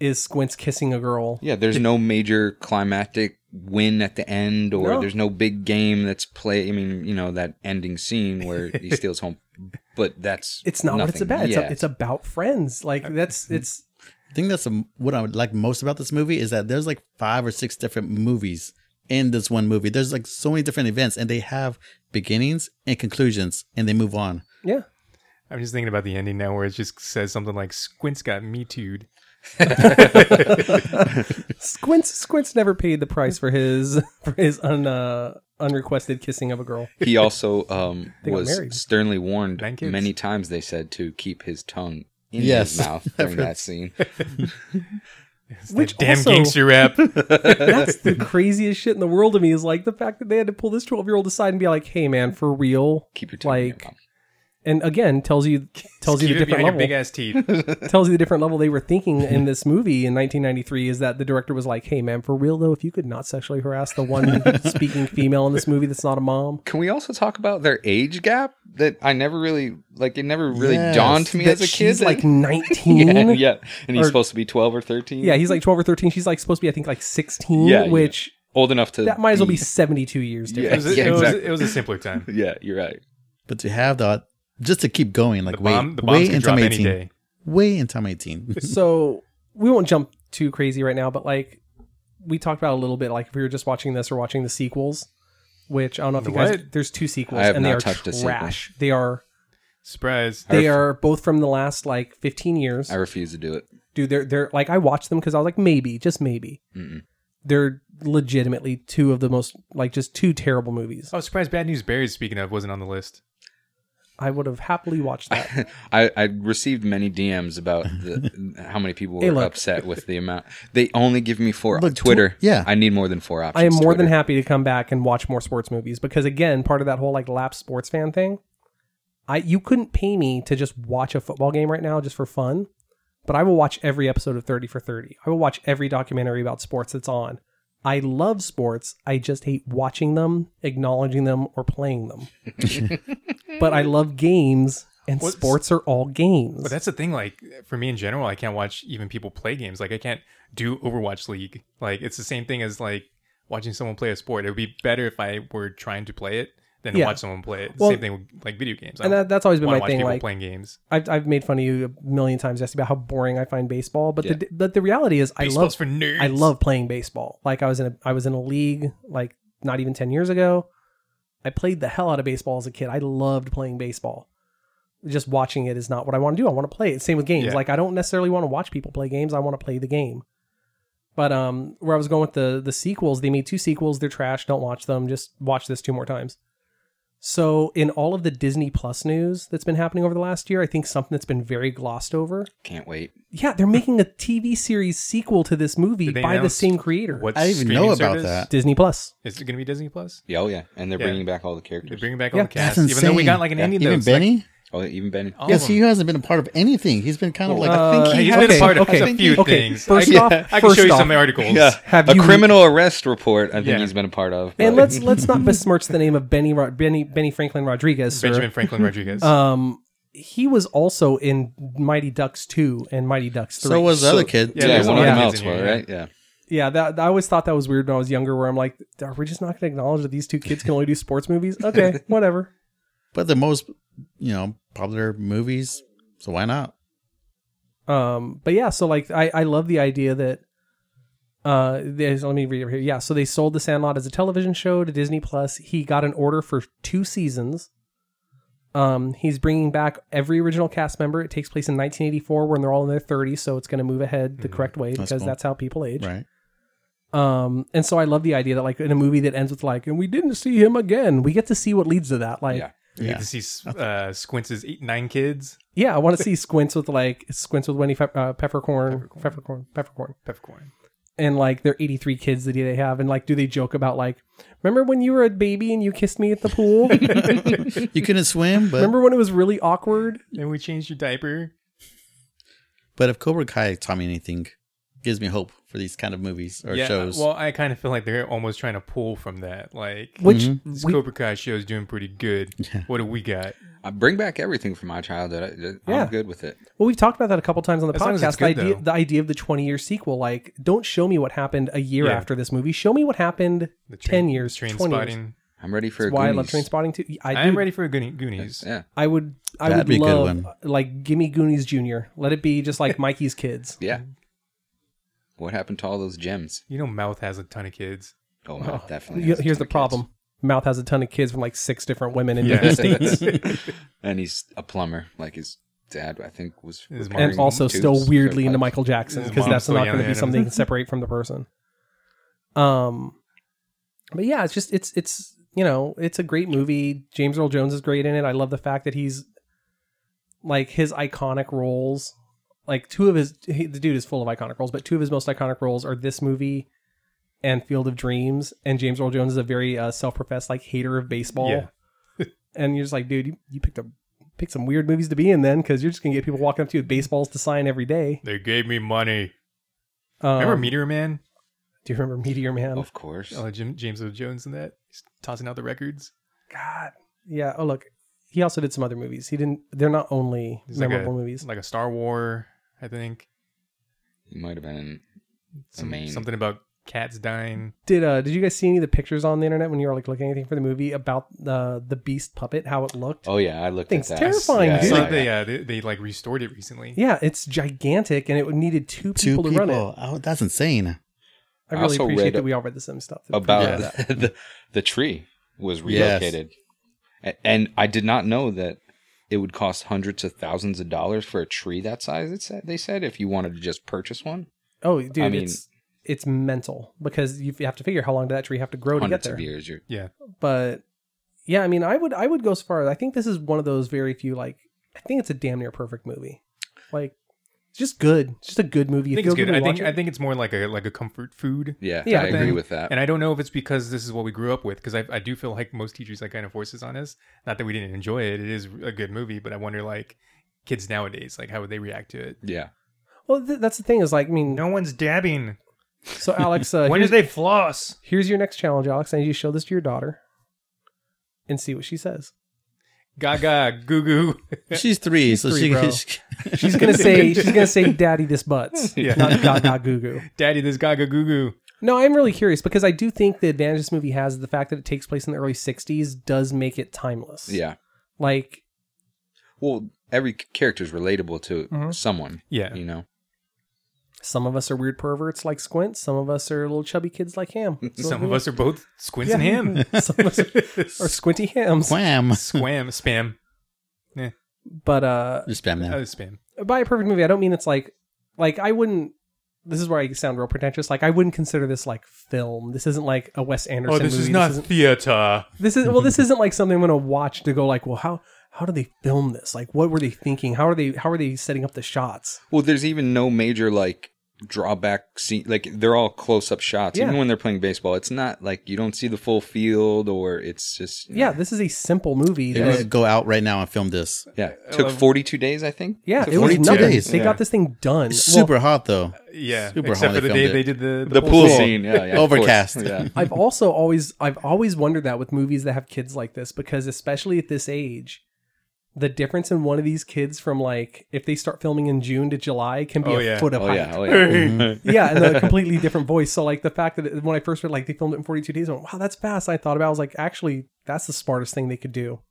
S3: is Squints kissing a girl.
S2: Yeah, there's no major climactic win at the end, or
S3: No.
S2: there's no big game that's play. I mean, you know that ending scene
S3: (laughs)
S2: where he steals home, but that's
S3: It's not what it's
S2: nothing.
S3: about. It's,
S2: Yeah.
S3: a, it's about friends.
S4: Uh,
S3: Like
S4: mm-hmm.
S3: that's it's
S5: I think that's um what I would like most about this movie is that there's like five or six different movies in this one movie. There's like so many different events, and they have beginnings and conclusions, and they move on.
S3: yeah.
S4: I'm just thinking about the ending now, where it just says something like "Squints got me too'd."
S3: Squints Squints never paid the price for his (laughs) for his un uh, unrequested kissing of a girl.
S2: he also um,
S3: (laughs) They got
S2: was
S3: married.
S2: sternly warned
S4: Nine kids.
S2: many times. They said to keep his tongue in
S5: Yes.
S2: his
S3: (laughs)
S2: mouth during that scene.
S3: Which
S4: Damn
S3: also,
S4: gangster
S3: (laughs)
S4: rap.
S2: (laughs)
S3: that's the craziest shit in the world to me is like the fact that they had to pull this 12 year old aside and be like, hey man, for real.
S2: Keep your tongue in your
S3: Like,
S2: mouth.
S3: And again, tells you tells you
S4: Keep
S3: the
S4: it behind
S3: different
S4: your big
S3: level.
S4: ass
S3: (laughs)
S4: teeth.
S3: Tells you the different level they were
S2: (laughs)
S3: thinking in this movie in 1993 is that the director was like, hey man, for real though, if you could not sexually harass the one
S2: (laughs)
S3: speaking female in this movie that's not a mom,
S2: Can we also talk about their age gap? That I never really like. It never really
S5: Yes.
S2: dawned to me
S3: that
S2: as a kid.
S3: she's
S2: that- (laughs)
S3: like 19.
S2: yeah, yeah, and he's
S3: Or-
S2: supposed to be twelve or thirteen.
S3: Yeah, he's like 12 or 13. She's like supposed to be, I think, like 16,
S2: Yeah, yeah.
S3: which
S2: old enough to.
S3: that might as well be 72 years
S2: Yeah.
S4: It
S3: different.
S5: (laughs)
S4: was, a-
S2: Yeah,
S4: it was-
S2: exactly.
S4: it was a simpler time.
S2: (laughs) Yeah, you're right.
S5: But to have that, just to keep going, like
S4: The
S5: wait,
S4: bomb, the bombs
S5: wait
S4: can
S5: until
S4: drop
S5: I'm
S4: any
S5: eighteen,
S4: day.
S5: wait until
S4: (laughs)
S5: I'm eighteen.
S3: so we won't jump too crazy right now, but like we talked about a little bit, like if we were just watching this or watching the sequels, which I don't know if
S4: The
S3: you guys,
S4: what?
S3: there's two sequels
S2: I have
S3: and they
S2: not
S3: are
S2: touched a sequel.
S3: trash. They are,
S4: Surprise!
S3: they
S2: Perfect.
S3: are both from the last like 15 years.
S2: I refuse to do it.
S3: Dude, they're, they're like, I watched them cause I was like, maybe, just maybe.
S2: Mm-mm.
S3: They're legitimately two of the most, like just two terrible movies.
S4: Oh, surprise! Bad News Bears. Speaking of, wasn't on the list.
S3: I would have happily watched that.
S2: I, I received many DMs about the, how many people were
S3: Hey, look.
S2: upset with the amount. They only give me four.
S5: Look, tw-
S2: Twitter.
S5: yeah.
S2: I need more than four options.
S3: I am more than
S2: Twitter.
S3: happy to come back and watch more sports movies because again, part of that whole like lap sports fan thing. I you couldn't pay me to just watch a football game right now just for fun, but I will watch every episode of 30 for 30. I will watch every documentary about sports that's on. I love sports. I just hate watching them, acknowledging them or playing them.
S4: (laughs)
S3: but I love games and
S4: What's-
S3: sports are all games.
S4: But that's the thing. Like for me in general, I can't watch even people play games. Like I can't do Overwatch League. Like it's the same thing as like watching someone play a sport. It would be better if I were trying to play it than to
S3: Yeah.
S4: watch someone play it.
S3: Well,
S4: same thing with like video games. I
S3: and
S4: don't
S3: that, that's always been
S4: wanna
S3: my
S4: watch
S3: thing
S4: people
S3: like
S4: playing games.
S3: I've, I've made fun of you a million times, Jesse, about how boring I find baseball. But the but the reality is, I
S4: Baseball's
S3: love
S4: for nerds.
S3: I love playing baseball. Like I was in a I was in a league like not even ten years ago. I played the hell out of baseball as a kid. I loved playing baseball. Just watching it is not what I want to do. I want to play it. Same with games.
S4: Yeah.
S3: Like I don't necessarily want to watch people play games. I want to play the game. But um, where I was going with the the sequels, they made two sequels. They're trash. Don't watch them. Just watch this two more times. So in all of the Disney Plus news that's been happening over the last year, I think something that's been very glossed over.
S2: Can't wait.
S3: Yeah, they're making a TV series sequel to this movie
S4: Did they
S3: by the
S4: announce
S3: same creator,
S4: What
S5: I didn't even
S4: streaming
S5: know about
S4: service?
S5: that.
S3: Disney Plus.
S4: Is it going to be Disney Plus?
S2: Yeah, oh yeah, and they're
S4: Yeah.
S2: bringing back all the
S4: They're
S2: characters.
S4: bringing back
S3: Yeah.
S4: all the
S5: (laughs) That's
S4: cast, even though we
S5: insane.
S4: got like an
S2: Yeah.
S4: ending.
S5: Even
S4: though, it's like-
S5: Benny,
S2: Oh, even Ben.
S4: All
S5: yes,
S4: of
S5: he
S4: them.
S5: hasn't been a part of anything. He's been kind of like
S3: Uh,
S4: He's
S3: he-
S4: been
S3: okay,
S4: a part of
S3: okay,
S4: a few
S3: okay.
S4: things.
S3: First
S4: I,
S3: off-
S4: I can
S3: first
S4: show you
S3: off-
S4: some articles.
S3: Have
S2: a
S3: you-
S2: criminal arrest report. I think
S4: Yeah.
S2: he's been a part of.
S3: And
S2: but-
S3: let's let's
S4: (laughs)
S3: not besmirch the name of Benny Ro- Benny Benny Franklin Rodriguez. sir.
S4: Benjamin Franklin Rodriguez.
S3: Um, he was also in Mighty Ducks two and Mighty Ducks three.
S5: so was the other kid.
S2: yeah,
S4: Yeah, there's
S2: one
S4: a
S2: of
S4: lot
S2: them
S4: of
S2: else
S4: kids in here,
S2: were
S4: yeah.
S2: right. Yeah,
S3: yeah, that I always thought that was weird when I was younger. Where I'm like, are we just not going to acknowledge that these two kids can only do sports movies?
S5: (laughs)
S3: Okay, whatever.
S5: But the most, you know, popular movies. So why not?
S3: Um, but yeah, so like I, I love the idea that uh there's let me read it here. Yeah, so they sold the Sandlot as a television show to Disney Plus. He got an order for two seasons. Um, he's bringing back every original cast member. It takes place in 1984 when they're all in their 30s, so it's going to move ahead the correct way because
S5: cool.
S3: that's how people age.
S5: Right.
S3: Um, and so I love the idea that like in a movie that ends with like, and we didn't see him again. We get to see what leads to that. Like,
S2: yeah.
S4: you (laughs)
S5: Yeah. (laughs)
S4: get to see uh, Squints' eight, nine kids.
S3: yeah, I want to see Squints with like Squints with Winnie Pep- uh, Peppercorn, Peppercorn, Peppercorn.
S4: Peppercorn.
S3: and like their 83 kids that they have and like do they joke about like remember when you were a baby and you kissed me at the
S2: (laughs)
S3: pool
S5: You couldn't swim, but
S3: remember when it was really awkward
S4: And we changed your diaper.
S5: but if Cobra Kai taught me anything, gives me hope for these kind of movies or
S4: yeah.
S5: shows.
S4: Well, I kind of feel like they're almost trying to pull from that. Like,
S2: Mhm.
S3: which
S4: this
S3: we,
S4: Cobra Kai show's doing pretty good. What do we got?
S2: I Uh, bring back everything from my childhood. I, I'm
S3: Yeah.
S2: good with it.
S3: well we've talked about that a couple times on the
S4: As long as it's
S3: podcast the
S4: good,
S3: idea,
S4: though.
S3: the idea of the 20 year sequel like don't show me what happened a year
S4: Yeah.
S3: after this movie show me what happened
S4: The
S3: 10 years
S4: train
S3: 20 years.
S4: spotting.
S2: I'm ready for.
S3: That's
S2: a
S3: why i love
S2: Goonies.
S3: train spotting too i,
S4: I am
S3: do-
S4: ready for a Goonies. Goonies.
S2: Yeah,
S3: i would i
S5: That'd
S3: would
S5: be a good
S3: love
S5: one.
S3: like gimme goonies junior let it be just like
S4: (laughs)
S3: mikey's kids
S2: yeah. What happened to all those gems?
S4: You know, Mouth has a ton of kids.
S2: Oh, my, definitely.
S3: Yeah,
S2: has a
S3: here's
S2: ton
S3: the
S2: of kids.
S3: problem mouth has a ton of kids from like six different women in
S4: Yeah.
S3: different states
S2: (laughs) and he's a plumber, like his dad. I think was
S4: His
S2: repairing
S4: mom.
S3: and also
S2: tubes
S3: still
S2: for
S3: weirdly into
S2: pipes.
S3: Michael Jackson
S4: His
S3: because
S4: mom's
S3: that's
S4: still
S3: not
S4: yelling
S3: going to be
S4: at him.
S3: something you can separate from the person. Um, but yeah, it's just it's it's you know it's a great movie. James Earl Jones is great in it. I love the fact that he's like his iconic roles, like two of his he, the dude is full of iconic roles, but two of his most iconic roles are this movie and Field of Dreams. And James Earl Jones is a very uh, self-professed like hater of baseball.
S4: Yeah.
S3: and you're just like, dude, you, you picked a pick some weird movies to be in then because you're just gonna get people walking up to you with baseballs to sign every day.
S4: They gave me money.
S3: Um,
S4: Remember Meteor Man?
S3: Do you remember Meteor Man?
S2: Of course.
S4: Oh, Jim, James Earl Jones in that. He's tossing out the records.
S3: God, yeah. Oh look, he also did some other movies. He didn't. They're not only
S4: He's like
S3: memorable
S4: a-
S3: movies.
S4: Like a Star War, I think.
S2: He might have been. in-
S4: Some-
S2: main-
S4: Something about cats dying.
S3: Did uh did you guys see any of the pictures on the internet when you were like looking at anything for the movie about the the beast puppet how it looked?
S2: Oh yeah, I looked
S3: Thing's
S2: at that.
S3: terrifying,
S2: Yeah,
S4: It's
S3: dude.
S2: yeah,
S4: like
S2: yeah.
S4: they, uh, they they like restored it recently.
S3: Yeah, it's gigantic and it needed two
S5: Two
S3: people
S5: people.
S3: to run it.
S5: Oh, that's insane.
S3: I
S2: I
S3: really
S2: also
S3: appreciate
S2: read
S3: that we all read the same stuff.
S2: about
S5: Yeah.
S2: (laughs) the, the tree was
S5: Yes.
S2: relocated. A- And I did not know that it would cost hundreds of thousands of dollars for a tree that size. It said they said if you wanted to just purchase one,
S3: Oh, dude,
S2: I mean-
S3: it's it's mental because you have to figure how long did that tree have to grow to get
S2: hundreds
S3: there.
S2: of years. You're,
S4: Yeah.
S3: but yeah, I mean, I would I would go as far. as I think this is one of those very few like I think it's a damn near perfect movie. Like it's just good. It's just a good movie.
S4: I
S3: You
S4: think it's
S3: feel
S4: good. I
S3: when you
S4: think
S3: watch
S4: I think it's more like a like a comfort food.
S2: yeah,
S3: Yeah,
S2: I
S3: but
S2: agree
S4: then-
S2: with that.
S4: And I don't know if it's because this is what we grew up with, because I, I do feel like most teachers like kind of forces on us. Not that we didn't enjoy it; it is a good movie, but I wonder like kids nowadays, like how would they react to it?
S2: yeah,
S3: it. Well, th- that's the thing is like I mean,
S4: No one's dabbing.
S3: so Alex, uh,
S4: (laughs) when
S3: here's,
S4: did they floss?
S3: here's your next challenge, Alex. I need you to show this to your daughter and see what she
S4: (laughs)
S3: says.
S4: Gaga, goo goo. (laughs)
S5: She's three, so
S3: three,
S5: she,
S3: bro.
S5: she-
S3: (laughs) She's
S5: (laughs)
S3: gonna say she's gonna say, "Daddy, this butts,"
S4: (laughs) Yeah.
S3: not "Gaga goo goo."
S4: Daddy, this Gaga goo goo.
S3: No, I'm really curious because I do think the advantage this movie has is the fact that it takes place in the early '60s does make it timeless.
S2: yeah.
S3: like
S2: Well, every character is relatable to
S3: Mhm.
S2: someone.
S4: Yeah.
S2: you know.
S3: Some of us are weird perverts like Squint. Some of us are little chubby kids like
S4: (laughs)
S3: Ham. So
S4: Some
S3: who-
S4: of us are both squints
S3: Yeah.
S4: and
S3: (laughs)
S4: ham.
S3: Some of us are are squinty hams.
S5: wham.
S4: Squam, spam.
S3: But uh,
S5: Just spam
S4: Oh,
S3: (laughs)
S5: now.
S4: spam.
S3: by a perfect movie, I don't mean it's like, like I wouldn't. This is where I sound real pretentious. Like I wouldn't consider this like film. This isn't like a Wes Anderson.
S4: Oh, this is
S3: movie.
S4: not
S3: This, isn't,
S4: theater.
S3: this is well. This isn't like something I'm gonna watch to go like, well, how how do they film this? Like, what were they thinking? How are they how are they setting up the shots?
S2: Well, there's even no major like drawback scene like they're all close up shots. Even
S3: Yeah.
S2: when they're playing baseball, it's not like you don't see the full field or it's just
S3: Yeah, this is a simple movie.
S5: They're
S3: that-
S5: gonna go out right now and film this.
S2: Yeah. Took forty two days, I think.
S3: yeah,
S4: It's
S3: it was
S5: 42
S3: nothing.
S5: days.
S3: They
S4: Yeah.
S3: got this thing done.
S5: It's
S3: Well,
S5: super hot though.
S4: Yeah,
S5: Super
S4: except for
S5: Holly
S4: the day
S5: filmed
S4: they
S5: it.
S4: did the,
S2: The pool
S5: pool.
S2: scene, yeah, yeah of course.
S5: Overcast.
S3: (laughs)
S2: Yeah.
S3: I've also always I've always wondered that with movies that have kids like this because especially at this age, the difference in one of these kids from like if they start filming in June to July can be
S4: Oh,
S3: a
S4: yeah.
S3: foot of
S2: Oh
S3: height.
S2: yeah, oh yeah.
S3: (laughs) yeah, and a completely different voice. So like the fact that it, when I first read like they filmed it in 42 days, I went, wow, that's fast. I thought about, it. I was like, actually, that's the smartest thing they could do.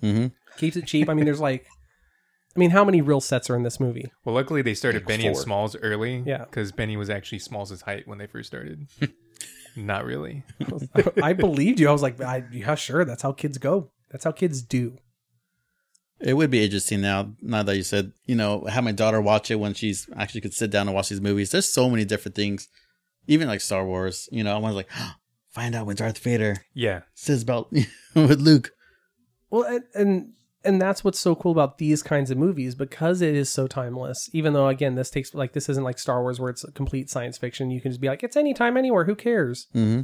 S5: hmm
S3: Keeps it cheap. I mean, there's like, (laughs) I mean, how many real sets are in this movie?
S4: Well, luckily they started Benny and
S2: four.
S4: Smalls early.
S3: Yeah.
S4: because Benny was actually Smalls' height when they first started. (laughs) Not really.
S3: I believed you. I was like, I, yeah, sure. That's how kids go. That's how kids do.
S5: It would be interesting now. Now that you said, you know, have my daughter watch it when she's actually could sit down and watch these movies. There's so many different things, even like Star Wars. You know, I was like, (gasps) find out when Darth Vader
S4: Yeah,
S5: says about (laughs) with Luke.
S3: Well, and, and and that's what's so cool about these kinds of movies because it is so timeless. Even though, again, this takes like this isn't like Star Wars where it's complete science fiction. You can just be like, it's anytime, anywhere. Who cares?
S5: Mm-hmm.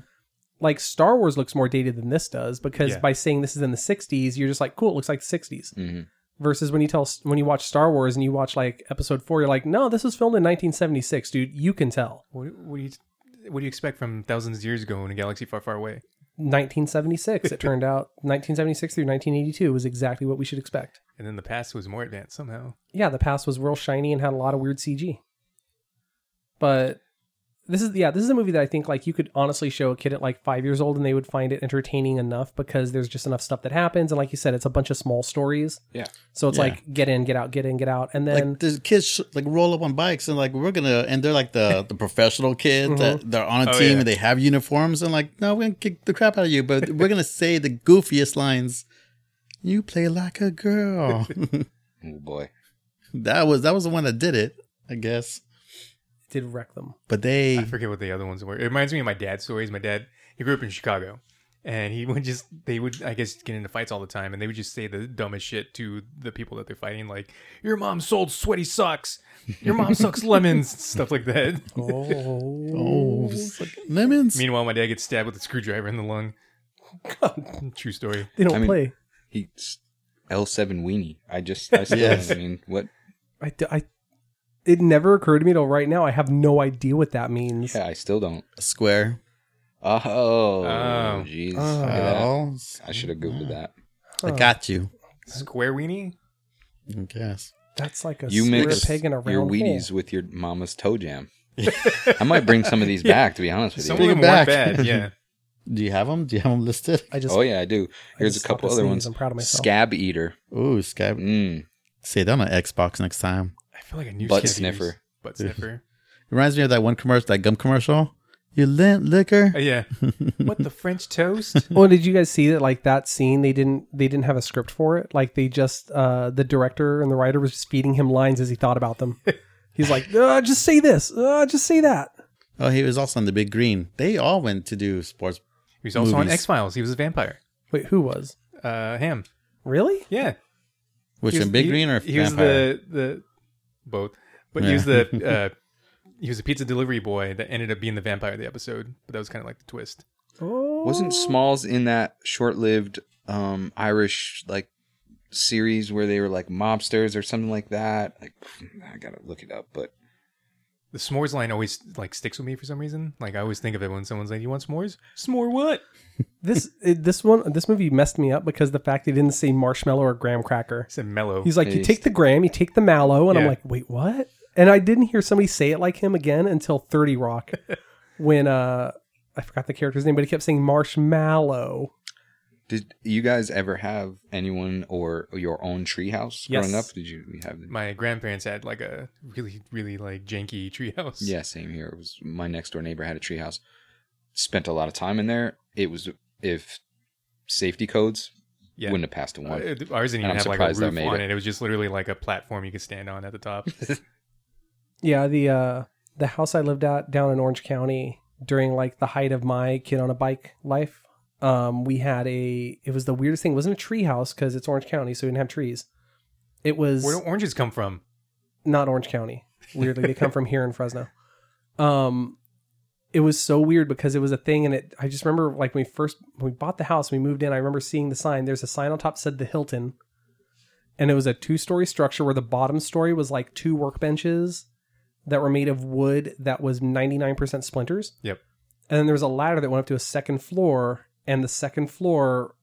S3: like Star Wars looks more dated than this does because
S4: Yeah.
S3: by saying this is in the 60s, you're just like, cool, it looks like the 60s.
S2: hmm
S3: Versus when you tell when you watch Star Wars and you watch like Episode Four, you're like, no, this was filmed in 1976, dude. You can tell
S4: What, what do you what do you expect from thousands of years ago in a galaxy far, far away?
S3: 1976. it turned out 1976 through 1982 was exactly what we should expect.
S4: And then the past was more advanced somehow.
S3: Yeah, the past was real shiny and had a lot of weird CG. But this is yeah, this is a movie that I think like you could honestly show a kid at like five years old and they would find it entertaining enough because there's just enough stuff that happens and like you said, it's a bunch of small stories.
S2: Yeah.
S3: So it's
S5: Yeah.
S3: like get in, get out, get in, get out, and then
S5: like there's kids sh- like roll up on bikes and like we're gonna and they're like the the professional kid
S3: Mm-hmm.
S5: that they're on a
S4: Oh,
S5: team
S4: yeah.
S5: and they have uniforms and like no we're gonna kick the crap out of
S3: (laughs)
S5: you but we're gonna say the goofiest lines you play like a girl (laughs)
S2: Oh boy.
S5: that was that was the one that did it i guess
S3: did
S2: (laughs)
S3: wreck them.
S5: but they
S4: I forget what the other ones were. It reminds me of my dad's stories. My dad, he grew up in Chicago, and he would just they would I guess get into fights all the time, and they would just say the dumbest shit to the people that they're fighting, like "Your mom sold sweaty socks," "Your mom sucks lemons," stuff like that.
S3: Oh,
S5: oh it's like, lemons
S4: Meanwhile, my dad gets stabbed with a screwdriver in the lung. True story.
S3: they don't
S2: I mean-
S3: play.
S2: He's L seven weenie. I just I still
S5: Yes.
S2: I mean what
S3: I, d- I- it never occurred to me till right now. I have no idea what that means.
S2: yeah, I still don't.
S5: square
S2: Oh
S4: Oh.
S2: jeez. Look
S3: Oh.
S2: at that.
S5: oh
S2: I should have googled that.
S5: i got you
S4: Square weenie.
S5: i guess
S3: That's like a
S2: You
S3: square
S2: mix
S3: peg in a round
S2: your Wheaties with your mama's toe
S3: (laughs)
S2: jam. I might bring some of these back to be honest with
S4: Some
S2: you.
S4: of
S5: Bring
S4: them
S5: it
S4: weren't
S5: back. (laughs)
S4: bad. Yeah.
S5: do you have them do you have them listed
S3: Hole. I just
S2: Oh yeah, I do.
S3: I
S2: Here's a
S3: just
S2: couple
S3: stopped
S2: other
S3: listening
S2: ones.
S3: I'm proud of myself.
S2: Scab eater.
S5: Ooh, skype
S2: Mm.
S5: say that on an xbox next time
S4: I feel like I knew
S2: Butt
S4: Scabby's.
S2: sniffer.
S4: Butt sniffer.
S5: reminds me of that one commercial that gum commercial you lint liquor
S4: Uh,
S5: (laughs)
S4: yeah. what the French toast?
S3: Well, did you guys see that? Like that scene, they didn't they didn't have a script for it. Like they just uh, the director and the writer was just feeding him lines as he thought about them. He's like, uh, just say this, uh, just say that.
S5: Oh, he was also on the Big Green. They all went to do sports.
S4: He was also on
S5: Movies.
S4: X Files. He was a vampire.
S3: Wait, who was
S4: Uh, Ham.
S3: really?
S4: Yeah.
S5: Which
S4: He was-
S5: one, Big
S4: he-
S5: Green or
S4: he was
S5: Vampire?
S4: the the both, but he
S5: Yeah.
S4: was the uh, he was a pizza delivery boy that ended up being the vampire of the episode. But that was kind of like the twist.
S3: Oh,
S2: Wasn't Smalls in that short-lived um, Irish like series where they were like mobsters or something like that? Like I gotta look it up, but
S4: The s'mores line always like sticks with me for some reason. Like I always think of it when someone's like, "You want s'mores? S'more what?"
S3: this it- this one this movie messed me up because the fact they didn't say marshmallow or graham cracker.
S4: I said mellow.
S3: He's like, you
S2: Taste.
S3: take the graham, you take the mallow, and I'm
S4: Yeah.
S3: like, wait, what? And I didn't hear somebody say it like him again until Thirty Rock, when uh, I forgot the character's name, but he kept saying marshmallow.
S2: Did you guys ever have anyone or your own treehouse
S3: Yes.
S2: growing up? Did you you have?
S4: my grandparents had like a really really like janky treehouse.
S2: Yeah, same here. It was my next door neighbor had a treehouse. Spent a lot of time in there. It was if safety codes
S4: yeah.
S2: wouldn't have passed a one.
S4: Uh, (laughs) Ours didn't
S2: And
S4: even
S2: I'm
S4: have like a
S2: surprised I
S4: roof
S2: made
S4: on
S2: it.
S4: it. It was just literally like a platform you could stand on at the top.
S3: Yeah, the uh the house I lived at down in Orange County during like the height of my kid on a bike life. Um, we had a it was the weirdest thing. It wasn't a tree house because it's Orange County, so we didn't have trees. It was
S4: Where do oranges come from?
S3: not Orange County. Weirdly, they come from here in Fresno. um it was so weird because it was a thing and it i just remember like when we first when we bought the house we moved in i remember seeing the sign there's a sign on top said the hilton and it was a two-story structure where the bottom story was like two workbenches that were made of wood that was 99% splinters
S4: Yep.
S3: and then there was a ladder that went up to a second floor and the second floor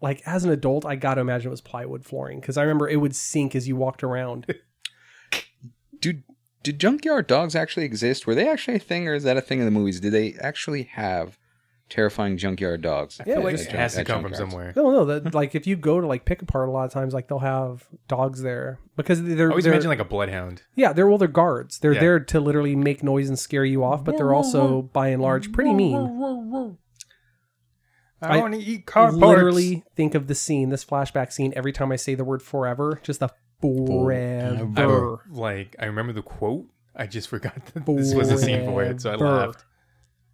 S3: like as an adult i gotta imagine it was plywood flooring because i remember it would sink as you walked around
S2: Dude, did junkyard dogs actually exist? Were they actually a thing, or is that a thing in the movies? Did they actually have terrifying junkyard dogs?
S3: Yeah,
S2: at-
S3: like-
S2: at
S4: it
S2: junk-
S4: has to
S2: at
S4: come from
S2: junkyards?
S4: somewhere.
S3: No, no. That like if you go to like pick apart, a lot of times like they'll have dogs there because they're,
S4: I always
S3: they're
S4: imagine like a bloodhound.
S3: yeah they're well they're guards. They're
S4: Yeah.
S3: there to literally make noise and scare you off, but they're also by and large pretty mean. I I
S4: want to eat
S3: Literally think of the scene, this flashback scene, every time I say the word forever. Just the
S4: I,
S3: forever.
S4: re- like I remember the quote. I just (laughs) forgot that this was the scene for it, so I
S3: Forever.
S4: laughed.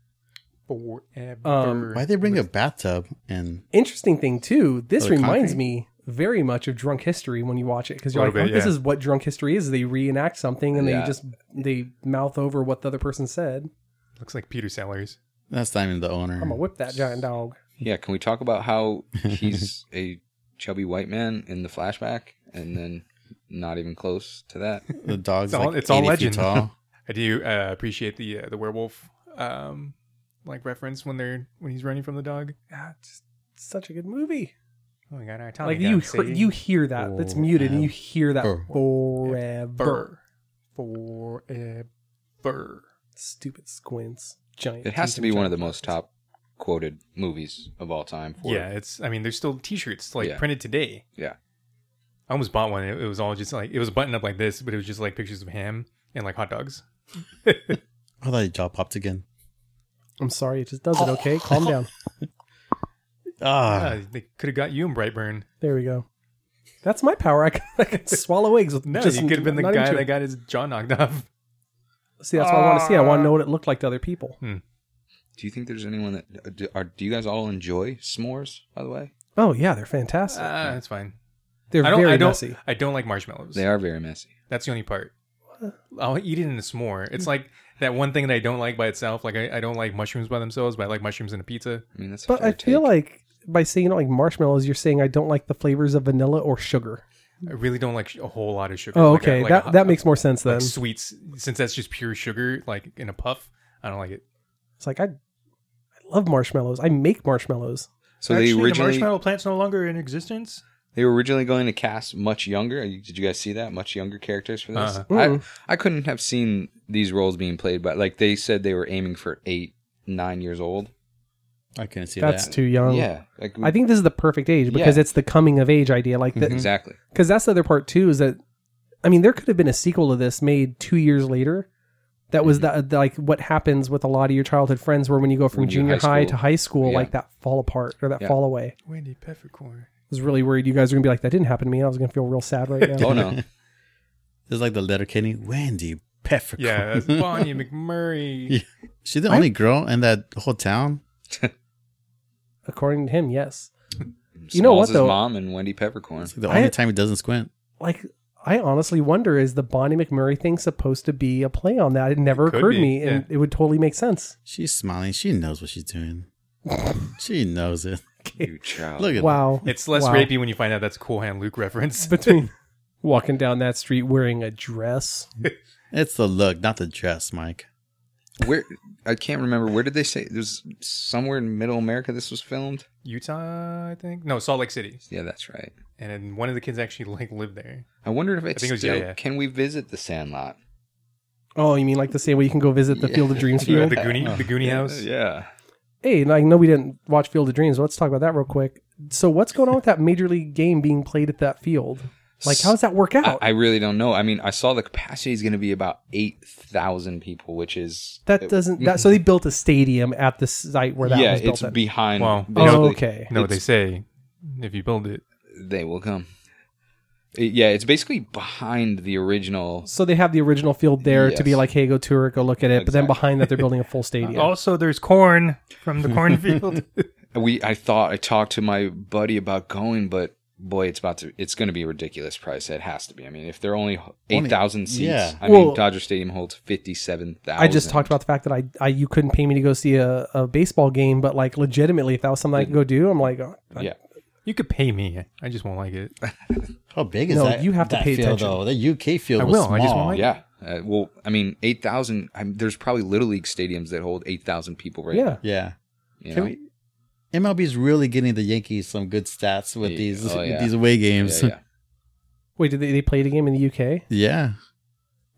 S4: eh, Forever.
S3: Um,
S5: Why they bring a bathtub and
S3: Interesting thing too. This
S5: Oh, the
S3: reminds
S5: concrete?
S3: me very much of Drunk History when you watch it because you're like,
S4: Little
S3: "Oh,
S4: bit,
S3: this
S4: yeah.
S3: is what Drunk History is. They reenact something and
S2: Yeah.
S3: they just they mouth over what the other person said.
S4: Looks like Peter Sellers.
S5: that's not even the owner.
S4: Mm.
S3: I'm gonna whip that giant dog.
S2: Yeah, can we talk about (laughs) how he's a chubby white man in the flashback, and then not even close to that?
S5: the dog's
S4: It's all-
S5: like
S4: it's all
S5: 80 feet
S4: legend. (laughs)
S5: tall.
S4: I do uh, appreciate the uh, the werewolf um, like reference when they're when he's running from the dog.
S3: God, just such a good movie.
S4: Oh my god, our Tommy
S3: Like
S4: gun,
S3: you, hear,
S4: see?
S3: you hear that. It's muted, and you hear that
S5: Forever.
S3: forever.
S4: Fur. eh, Forever.
S3: Stupid squints. Giant.
S2: It has to be one of the most top quoted movies of all time. For
S4: Yeah, it's. I mean, there's still T-shirts like
S2: Yeah.
S4: printed today.
S2: Yeah.
S4: I almost bought one. It, it was all just like it was buttoned up like this, but it was just like pictures of ham and like hot dogs.
S5: I thought your jaw popped again.
S3: I'm sorry, it just does it.
S4: (laughs)
S3: Okay, calm down.
S5: Ah,
S4: Ah, they could have got you in Brightburn.
S3: There we go. That's my power. I can, I
S4: (laughs)
S3: can swallow eggs with
S4: No,
S3: just
S4: you could have been the
S3: not even
S4: guy
S3: chewing.
S4: that got his jaw knocked (laughs) off.
S3: See, that's what I want to see. I want to know what
S4: Ah.
S3: it looked like to other people.
S2: Do you think there's anyone that uh, do, are? Do you guys all enjoy s'mores? By the way,
S3: Oh yeah, they're fantastic.
S4: Ah, that's fine.
S3: They're
S4: I don't.
S3: very
S4: I don't.
S3: messy.
S4: I don't like marshmallows.
S2: they are very messy.
S4: That's the only part. I'll eat it in a s'more. It's like that one thing that I don't like by itself. Like I, I don't like mushrooms by themselves, but I like mushrooms in a pizza.
S2: I mean, that's. a
S3: But
S2: fair
S3: I feel
S2: take.
S3: like by saying you don't like marshmallows, you're saying I don't like the flavors of vanilla or sugar.
S4: I really don't like sh- a whole lot of sugar.
S3: Oh,
S4: Like a-
S3: okay,
S4: like a
S3: that
S4: hot-
S3: that makes more sense then.
S4: like sweets since that's just pure sugar like in a puff i don't like it
S3: It's like I, I love marshmallows. I make marshmallows.
S2: so. They originally
S4: plant's no longer in existence
S2: they were originally going to cast much younger. Did you guys see that? Much younger characters for this.
S4: Uh-huh.
S2: I I couldn't have seen these roles being played, but like they said, they were aiming for eight, nine years old.
S5: I couldn't see
S3: That's
S5: that.
S3: too young.
S2: yeah, like
S3: I think this is the perfect age because
S2: Yeah. Mm-hmm.
S3: it's the coming of age idea. Like that, because (laughs)
S2: exactly.
S3: that's the other part too. Is that I mean, there could have been a sequel to this made two years later. That was the, the- like what happens with a lot of your childhood friends, where when you go from
S2: Mm-hmm. When you're
S3: junior
S2: high
S3: high, to
S2: school.
S3: high school,
S2: Yeah.
S3: like that fall apart or that
S2: Yeah.
S3: fall away. I
S4: wendy peppercorn
S3: was really worried you guys are gonna be like, that didn't happen to me. and I was gonna feel real
S2: (laughs)
S3: sad right now.
S2: Oh no,
S5: There's like the letter Kenny Wendy Pepper.
S4: yeah that's
S3: (laughs)
S4: bonnie mcmurray
S5: Yeah. (laughs) She's the only girl in that whole town.
S3: According to him, yes.
S2: Smalls'
S3: You know what, though?
S2: mom and Wendy Peppercorn.
S5: It's like the
S3: I-
S5: only time he doesn't squint.
S3: like I honestly wonder is the Bonnie McMurray thing supposed to be a play on that? It never
S4: could
S3: occurred to
S4: be,
S3: me, and it would totally make sense.
S5: She's smiling. She knows what
S4: (laughs)
S5: she's doing. she knows it.
S2: You child.
S5: Look at
S3: Wow,
S4: it's less
S3: Wow.
S4: rapey when you find out that's a cool hand luke
S3: (laughs)
S4: reference
S3: between walking down that street wearing a dress.
S5: that. It's the look, not the dress, Mike.
S2: where I can't remember where did they say it was somewhere in Middle America this was filmed.
S4: utah i think no salt lake city
S2: Yeah, that's right.
S4: and then one of the kids actually like lived there
S2: I wondered if it's
S4: think it was-
S2: still.
S4: yeah, yeah.
S2: Can we visit the Sandlot?
S3: Oh, you mean like the same way you can go visit
S2: (laughs)
S3: the
S2: Yeah.
S3: Field of Dreams
S4: the,
S3: field?
S4: the goonie the goonie house
S2: Yeah.
S3: Hey, and I know we didn't watch Field of Dreams, but let's talk about that real quick. So, what's going on with that major league game being played at that field? Like, how does that work
S2: I,
S4: Oh.
S3: out?
S2: I really don't know. I mean, I saw the capacity is going to be about eight thousand people, which is
S3: that doesn't. That so they built a stadium at the site where that
S2: yeah,
S3: was built.
S2: it's
S3: at.
S2: behind.
S4: Wow.
S3: oh,
S2: basically.
S3: okay.
S4: no they say if you build it
S2: They will come. It- yeah, it's basically behind the original.
S3: So they have the original field there to be
S2: Yes.
S3: like, hey, go tour it, go look at it. But
S2: Exactly.
S3: then
S2: Uh-huh.
S3: behind that, they're
S2: (laughs)
S3: building a full stadium.
S2: Oh,
S4: also there's corn from the cornfield
S2: We I thought I talked to my buddy about going, but boy, it's about to it's going to be a ridiculous price. It has to be. I mean, if they're only eight thousand seats,
S5: yeah.
S2: I
S3: Well-
S2: mean, Dodger Stadium holds fifty seven thousand.
S3: I just talked about the fact that I, I you couldn't pay me to go see a, a baseball game, but like legitimately, if that was something I could go do, I'm like, oh, I-
S2: Yeah,
S4: You could pay me. I just won't like it.
S5: How big is
S3: No,
S5: that?
S3: you have to
S5: that
S3: pay
S5: field,
S3: attention.
S5: though. The UK field
S4: I
S5: was
S4: will,
S5: small.
S4: I just want-
S2: yeah. Uh, well, I mean, eight thousand. There's probably little league stadiums that hold eight thousand people right
S3: yeah.
S2: now.
S5: yeah.
S2: You
S5: Can
S2: know?
S5: we? MLB's really getting the Yankees some good stats with
S2: Yeah,
S5: these
S2: oh,
S5: with
S2: yeah.
S5: these away
S2: yeah,
S5: (laughs) games.
S2: yeah.
S3: Wait, did they, they played a game in the UK
S5: yeah.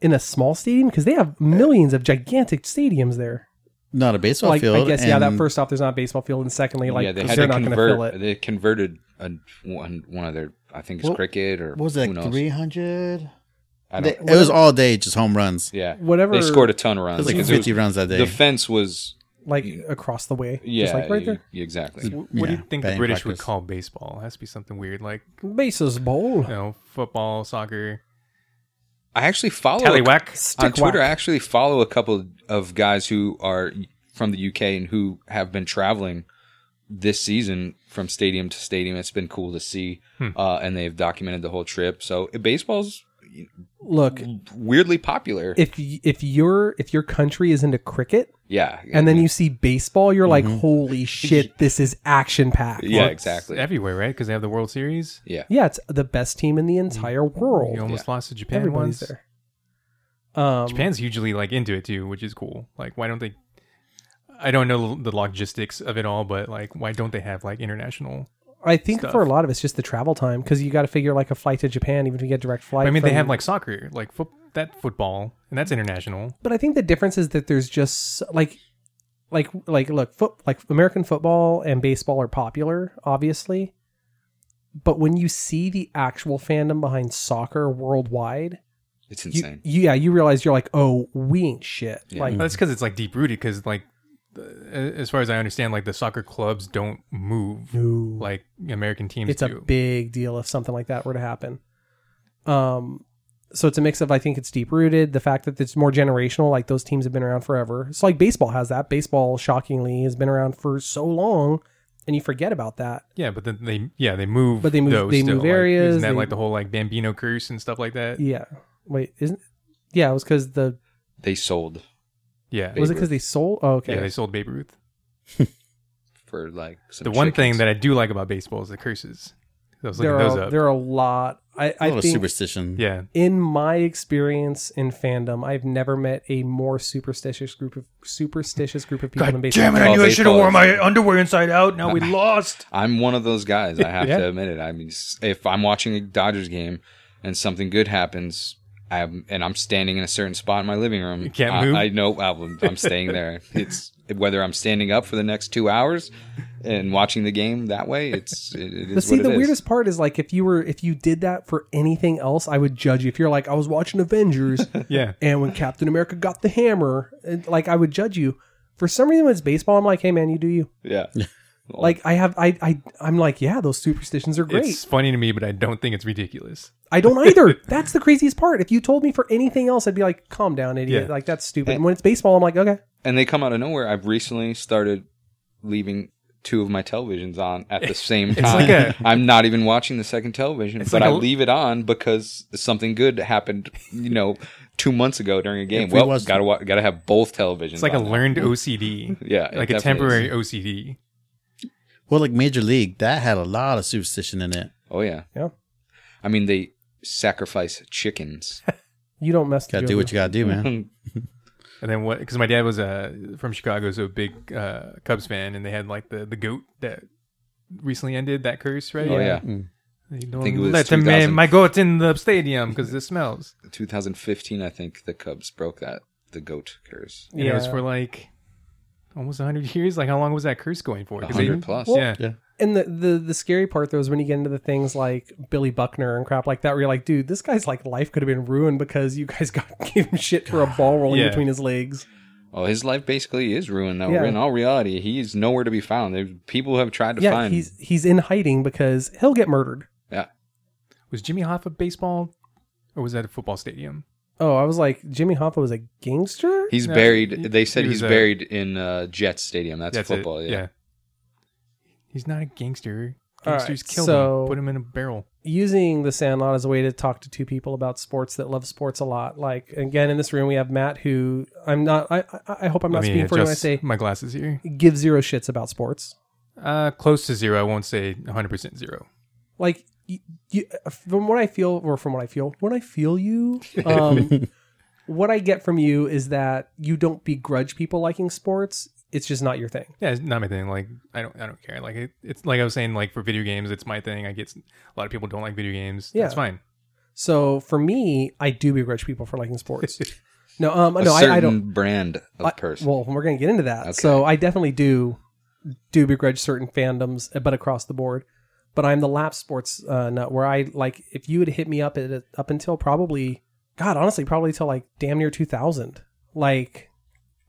S3: in a small stadium because they have millions of gigantic stadiums there.
S5: Not a baseball
S3: like,
S5: field.
S3: I guess yeah. That
S5: and-
S3: first off, there's not a baseball field, and secondly, like
S2: yeah, they
S3: 'cause
S2: had
S3: they're
S2: to
S3: not going to fill
S2: convert.
S3: it.
S2: They converted a, one, one of their, I think it's
S5: What-
S2: cricket or
S5: What was
S2: who
S5: it?
S2: knows?
S5: Three hundred.
S2: I don't,
S5: It was all day, just home runs.
S2: yeah,
S3: Whatever,
S2: they scored a ton of runs.
S5: It was like
S2: because
S5: fifty runs that day.
S2: The fence was
S3: like across the way,
S2: yeah,
S3: just like right there.
S2: y- exactly.
S4: What do
S5: Yeah,
S4: you think the
S5: batting
S4: British would
S5: practice.
S4: call baseball? It has to be something weird, like
S3: Bases bowl.
S4: you know, football, soccer,
S2: I actually follow a
S4: tallywhack.
S2: on
S3: Stick
S2: Twitter, I
S3: whack.
S2: actually follow a couple of guys who are from the UK and who have been traveling this season from stadium to stadium. It's been cool to see,
S3: Hmm.
S2: uh, and they've documented the whole trip. So eh, baseball's
S3: Look,
S2: weirdly popular.
S3: if y- if your if your country is into cricket
S2: yeah,
S3: and then you see baseball, you're
S2: (laughs)
S3: like, holy shit, this is action packed.
S2: Mm-hmm. yeah,
S4: Well, it's
S2: exactly,
S4: everywhere, right? Because they have the World Series.
S2: yeah.
S3: Yeah, it's the best team in the entire
S2: Mm-hmm.
S3: world.
S4: You almost lost to Japan
S3: Everybody's
S4: once.
S3: there. Um,
S4: Japan's hugely like into it too, which is cool. Like, why don't they? I don't know the logistics of it all, but like, why don't they have like international?
S3: I think
S4: stuff.
S3: for a lot of it's just the travel time because you got to figure like a flight to Japan, even if you get direct flight.
S4: I mean, they
S3: from-
S4: have like soccer, like foot, that football, and that's international.
S3: But I think the difference is that there's just like, like, like, look, foot, like American football and baseball are popular, obviously. But when you see the actual fandom behind soccer worldwide,
S2: It's
S3: you,
S2: insane.
S3: you- yeah, you realize you're like, oh, we ain't shit.
S2: Yeah.
S3: Like,
S4: That's because it's like deep rooted. Because like, the- uh, as far as I understand, like the soccer clubs don't move
S3: no.
S4: like American teams
S3: it's
S4: do.
S3: a big deal if something like that were to happen. Um, so it's a mix of I think it's deep rooted, the fact that it's more generational, like those teams have been around forever. It's like baseball has that. Baseball, shockingly, has been around for so long, and you forget about that.
S4: yeah, but then they yeah they move.
S3: But they move-
S4: those
S3: they
S4: still.
S3: move
S4: Like,
S3: areas,
S4: Isn't that
S3: they-
S4: like the whole like Bambino curse and stuff like that?
S3: Yeah. Wait, isn't? Yeah, it was because the
S2: They sold
S4: Yeah.
S3: was it
S2: Babe
S3: because they sold? Oh, okay.
S4: Yeah, they sold Babe Ruth.
S2: for like some
S4: The one thing
S2: chickens.
S4: that I do like about baseball is the curses. I was looking
S3: there
S4: those
S3: are
S4: up.
S3: there are a lot. I
S5: a
S3: I
S5: lot of
S3: think
S5: superstition.
S4: Yeah,
S3: in my experience in fandom, I've never met a more superstitious group of superstitious group of people than baseball.
S2: I knew I should have worn my
S4: underwear inside
S2: (laughs)
S4: out. Now we lost.
S2: I'm one of those guys. I have
S4: (laughs) Yeah.
S2: to admit it. I mean, s- if I'm watching a Dodgers game and something good happens, I'm, and I'm standing in a certain spot in my living room, you
S4: can't
S2: I,
S4: move?
S2: I know I'm, I'm staying
S4: (laughs)
S2: there. It's whether I'm standing up for the next two hours and watching the game that way. It's it, it
S3: But
S2: is
S3: see,
S2: what
S3: the
S2: it is.
S3: weirdest part is like if you were if you did that for anything else, I would judge you. If you're like, I was watching Avengers,
S4: Yeah,
S3: and when Captain America got the hammer, and, like I would judge you. For some reason, when it's baseball, I'm like, hey man, you do you.
S2: Yeah,
S3: Like I have, I, I, I'm like, yeah, those superstitions are great.
S4: it's funny to me, but I don't think it's ridiculous.
S3: I don't either. That's the craziest part. If you told me for anything else, I'd be like, calm down, idiot.
S4: Yeah.
S3: Like that's stupid. And when it's baseball, I'm like, okay,
S2: and they come out of nowhere. I've recently started leaving two of my televisions on
S4: (laughs)
S2: at the same time.
S4: like a-
S2: (laughs) I'm not even watching the second television, but
S4: like
S2: I
S4: a-
S2: leave it on because something good happened, you know, two months ago during a game.
S5: we
S2: Well,
S5: watched-
S2: gotta wa- gotta have both televisions.
S4: It's like a
S2: on.
S4: learned OCD.
S2: Yeah, it
S4: like
S2: definitely
S4: a
S2: is.
S4: temporary OCD.
S5: Well, like Major League, that had a lot of superstition in it.
S2: Oh yeah,
S3: Yeah.
S2: I mean, they sacrifice
S4: (laughs)
S2: chickens.
S3: you don't mess.
S5: Got to do what you got to do,
S2: (laughs)
S5: man.
S4: And then what? Because my dad was uh, from Chicago, so a big uh, Cubs fan, and they had like the the goat that recently ended that curse, right?
S2: Oh yeah,
S4: They don't
S2: think it was
S4: let them
S2: 2000.
S4: in my goat in the stadium because it smells.
S2: 2015. I think the Cubs broke that the goat curse.
S4: And it was for like almost hundred years. Like how long was that curse going for? 'Cause they-
S2: 100 plus.
S4: Yeah.
S5: Yeah.
S3: And the, the the scary part though is when you get into the things like Billy Buckner and crap like that, where you're like, dude, this guy's like life could have been ruined because you guys (laughs) got gave him shit for a ball rolling
S4: Yeah.
S3: between his legs.
S2: Oh, his life basically is ruined. Now,
S3: Yeah.
S2: in all reality, he's nowhere to be found. They- People have tried to
S3: yeah,
S2: find.
S3: he's he's in hiding because he'll get murdered.
S2: yeah,
S4: Was Jimmy Hoffa baseball, or was that a football stadium?
S3: Oh, I was like, Jimmy Hoffa was a gangster.
S2: he's
S4: No, he-
S2: buried. They said
S4: he
S2: he's
S4: was, uh,
S2: buried in uh, Jets Stadium. That's,
S4: it,
S2: football. Yeah.
S4: He's not a gangster. Gangsters
S3: Alright,
S4: kill
S3: so-
S4: them. Put them in a barrel.
S3: using the Sandlot as a way to talk to two people about sports that love sports a lot. Like again, in this room we have Matt, who I'm not. I I, I hope I'm not
S4: Let me
S3: speaking for him when I
S4: adjust
S3: say
S4: my glasses here.
S3: give zero shits about sports.
S4: Uh, close to zero. I won't say 100% zero.
S3: Like you, you, from what I feel, or from what I feel, when I feel you,
S2: (laughs)
S3: um, what I get from you is that you don't begrudge people liking sports. It's just not your thing.
S4: Yeah, it's not my thing. Like I don't, I don't care. Like it, it's like I was saying. Like for video games, it's my thing. I get s- a lot of people don't like video games.
S3: Yeah.
S4: Yeah, it's fine.
S3: So for me, I do begrudge people for liking
S2: (laughs)
S3: sports. no, um,
S2: A
S3: no,
S2: certain
S3: I, I don't.
S2: brand of
S3: I-
S2: person.
S3: Well, we're going to get into that.
S2: Okay.
S3: So I definitely do do begrudge certain fandoms, uh, but across the board. But I'm the lap sports uh, nut where I like if you had hit me up at up until probably God, honestly, probably till like damn near 2000. Like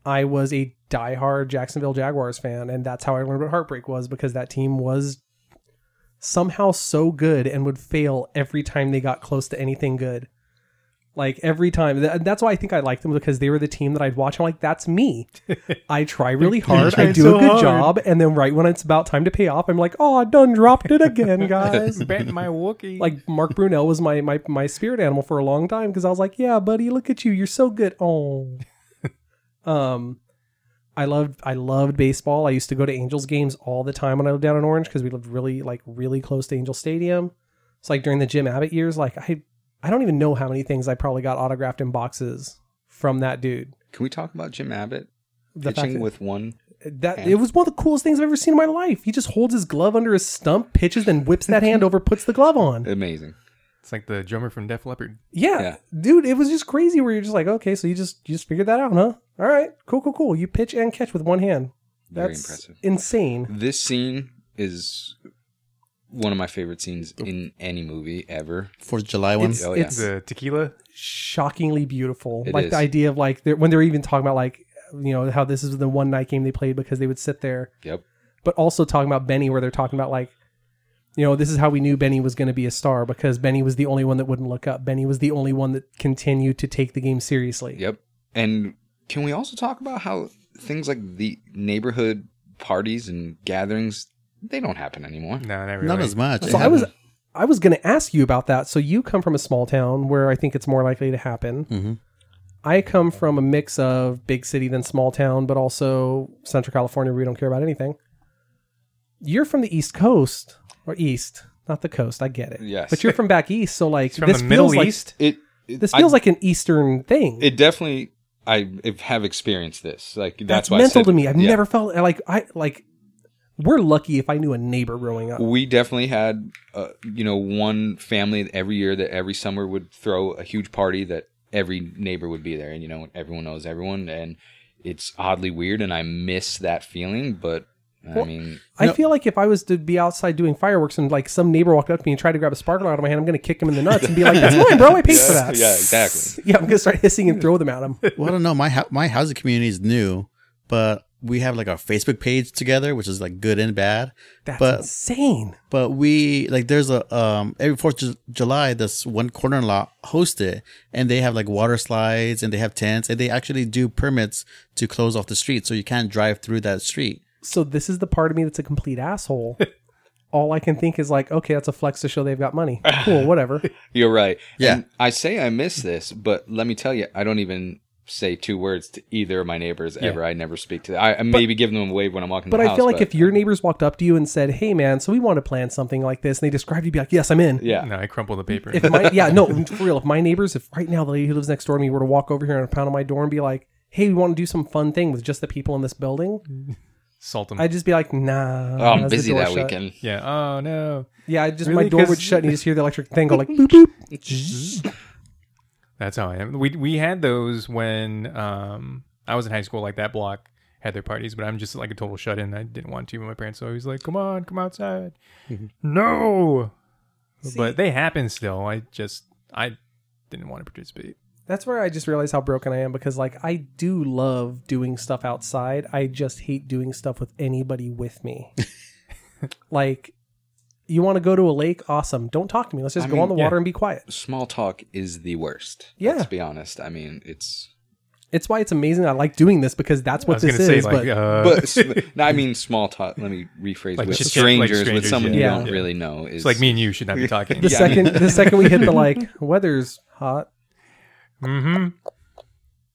S3: I was a diehard Jacksonville Jaguars fan, and that's how I learned what heartbreak was because that team was somehow so good and would fail every time they got close to anything good. Like every time, Th- that's why I think I liked them because they were the team that I'd watch. I'm like, that's
S5: (laughs)
S3: me. I try really hard, I
S5: trying
S3: do
S5: so
S3: a good
S5: hard.
S3: job, and then right when it's about time to pay off, I'm like, oh, I done dropped it
S5: (laughs)
S3: again, guys.
S4: (laughs) Bet my Wookie.
S3: like Mark Brunel was my my my spirit animal for a long time because I was like, yeah, buddy, look at you, you're so good.
S2: (laughs)
S3: Oh, um, I loved I loved baseball. I used to go to Angels games all the time when I lived down in Orange because we lived really like really close to Angel Stadium. It's like during the Jim Abbott years, like I I don't even know how many things I probably got autographed in boxes from that dude.
S2: Can we talk about Jim Abbott
S3: The fact
S2: pitching
S3: that-
S2: with one?
S3: that
S2: hand.
S3: it was one of the coolest things I've ever seen in my life. He just holds his glove under his stump, pitches, then whips that hand over, puts the glove on.
S2: Amazing.
S4: it's like the drummer from Def Leppard.
S3: Yeah,
S2: Yeah.
S3: dude, it was just crazy. Where you're just like, okay, so you just you just figured that out, huh? All right, cool, cool, cool. You pitch and catch with one hand.
S2: Very
S3: That's
S2: impressive.
S3: insane.
S2: This scene is one of my favorite scenes in any movie ever.
S5: Fourth of July one.
S3: It's,
S2: Oh, yeah.
S3: it's
S4: The tequila.
S3: shockingly beautiful.
S2: It
S3: like
S2: is.
S3: the idea of like they're, when they're even talking about like you know how this is the one night game they played because they would sit there,
S2: Yep.
S3: but also talking about Benny where they're talking about like. You know, this is how we knew Benny was going to be a star because Benny was the only one that wouldn't look up. Benny was the only one that continued to take the game seriously.
S2: Yep. And can we also talk about how things like the neighborhood parties and gatherings they don't happen anymore?
S4: No, not really.
S5: Not as much. It
S3: So I was
S5: happened-
S3: I was going to ask you about that. So you come from a small town where I think it's more likely to happen.
S5: Mhm.
S3: I come from a mix of big city than small town, but also Central California where we don't care about anything. You're from the East Coast or East, not the coast. I get it.
S2: Yes.
S3: but you're from back east, so like
S4: It's from
S3: this
S4: the Middle
S3: feels like-
S4: East.
S2: It, it
S3: this
S2: I-
S3: feels like an Eastern thing.
S2: it definitely I have experienced this. Like that's,
S3: That's,
S2: why I
S3: mental
S2: said-
S3: to me. I've
S2: yeah.
S3: never felt like I like. We're lucky if I knew a neighbor growing up.
S2: we definitely had uh, you know one family every year that every summer would throw a huge party that every neighbor would be there and you know everyone knows everyone and it's oddly weird and i miss that feeling but i
S3: Well,
S2: mean
S3: I
S5: No.
S3: feel like if I was to be outside doing fireworks and like some neighbor walked up to me and tried to grab a sparkler out of my hand, I'm going to kick him in the nuts and be like, "That's
S2: (laughs)
S3: mine, bro. I paid for that."
S2: yeah exactly
S3: (laughs) Yeah, I'm going to start hissing and throw them
S2: (laughs)
S3: at him.
S5: well, I don't know. My hou- my housing community is new, but we have like our Facebook page together, which is like good and bad.
S3: That's
S5: But-
S3: insane.
S5: But we like there's a um every Fourth of July this one corner lot hosts it, and they have like water slides and they have tents and they actually do permits to close off the street, so you can't drive through that street.
S3: So this is the part of me that's a
S2: (laughs)
S3: complete asshole. All I can think is like, okay, that's a flex to show they've got money.
S2: (laughs)
S3: Cool, whatever.
S2: you're right
S5: Yeah.
S2: and i say i miss this but let me tell you i don't even say two words to either of my neighbors ever i never speak to them i, I maybe give them a wave when i'm walking
S3: But
S2: the
S3: I
S2: house,
S3: feel like
S2: but
S3: if your neighbors walked up to you and said, "Hey, man, so we want to plan something like this," and they described you, would be like, "Yes, I'm in."
S2: yeah
S4: No, I crumple the paper.
S3: If my yeah, no, for real. If my neighbors, if right now the lady who lives next door to me were to walk over here and pound on my door and be like, "Hey, we want to do some fun thing with just the people in this building,"
S4: Mm. Salt them.
S3: I'd just be like, nah.
S2: oh, i'm
S3: as the
S2: busy
S3: door
S2: that
S3: shut.
S2: weekend
S4: yeah. Oh no.
S3: Yeah, I just my
S4: Really?
S3: door
S4: 'Cause-
S3: would shut and you just hear the electric thing
S4: (laughs)
S3: go like boop boop.
S4: That's how I am. We we had those when um I was in high school. Like that block had their parties, but I'm just like a total shut in. I didn't want to. My parents always like, "Come on, come outside."
S3: Mm-hmm.
S4: no, but they happen still. I just I didn't want to participate.
S3: That's where I just realized how broken I am because like I do love doing stuff outside. I just hate doing stuff with anybody with
S4: (laughs)
S3: me. like you want to go to a lake? Awesome. Don't talk to me. Let's just
S2: I
S3: go
S2: mean,
S3: on the water
S4: yeah.
S3: and be quiet.
S2: small talk is the worst.
S3: Yeah.
S2: Let's be honest. I mean, it's
S3: It's why it's amazing. I like doing this because that's
S4: I
S3: what
S4: was
S3: this
S4: gonna say
S3: is.
S4: like
S3: but
S4: uh,
S2: but s-
S4: (laughs)
S2: no, I mean small talk. Let me rephrase
S4: Like
S2: with
S4: chit-chat, like
S2: strangers, with
S4: strangers,
S2: someone
S3: yeah.
S2: you don't
S4: Yeah.
S2: really know. Is
S4: it's like me and you should not be talking.
S2: (laughs)
S3: the
S2: yeah, I mean-
S3: second
S5: (laughs)
S3: the second we hit the like weather's hot.
S4: (laughs)
S2: (laughs)
S4: Mm-hmm.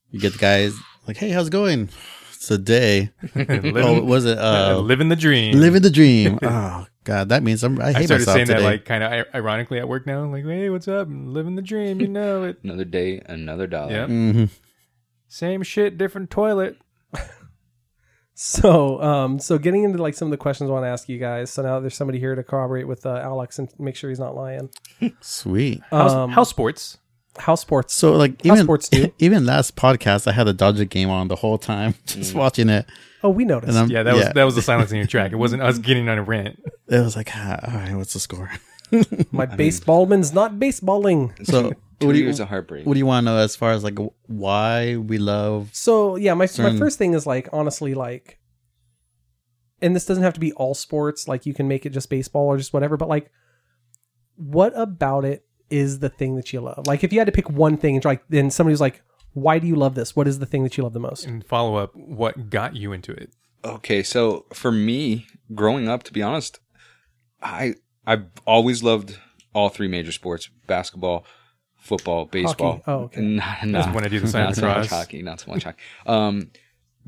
S5: You get the guys like, hey, how's it going? It's a day.
S4: living,
S5: oh, what was it
S4: uh,
S5: uh,
S4: living the dream.
S5: living the dream? oh God, that means I'm, I hate
S4: I started
S5: myself
S4: saying
S5: today.
S4: that like kind of ironically at work now. Like, hey, what's up? I'm living the dream, you know
S3: (laughs)
S4: it.
S2: Another day, another dollar.
S4: Yeah.
S3: Mm-hmm.
S5: Mhm.
S4: Same shit, different toilet.
S3: So, um, so getting into like some of the questions I want to ask you guys. So now there's somebody here to corroborate with uh, Alex and make sure he's not lying.
S5: Sweet.
S4: House,
S3: Um,
S4: house sports.
S3: house sports.
S5: So like even
S3: sports too.
S5: (laughs) even last podcast, I had the Dodger game on the whole time, (laughs)
S2: Mm.
S5: just watching it,
S3: Oh, we noticed.
S5: and I'm
S4: Yeah, that was that was the silence in your track. It
S2: (laughs)
S4: wasn't us getting on a rant.
S5: it was like, ah, all right, what's the score?
S3: My baseballman's not baseballing.
S5: So
S2: Two
S5: what do you
S2: years of heartbreak.
S5: what do you want to know as far as like wh- why we love? (laughs)
S3: So yeah, my my
S5: Certain-
S3: first thing is like honestly like, and this doesn't have to be all sports. Like you can make it just baseball or just whatever. But like, what about it is the thing that you love? Like if you had to pick one thing, it's like then somebody was like, why do you love this? What is the thing that you love the most?
S4: And follow up, what got you into it?
S2: Okay, so for me, growing up, to be honest, I I've always loved all three major sports: basketball, football, baseball.
S3: Oh, okay.
S2: Not,
S4: Just want to do the
S2: not
S4: silence
S2: so much
S4: across.
S2: hockey, not so much hockey. Um,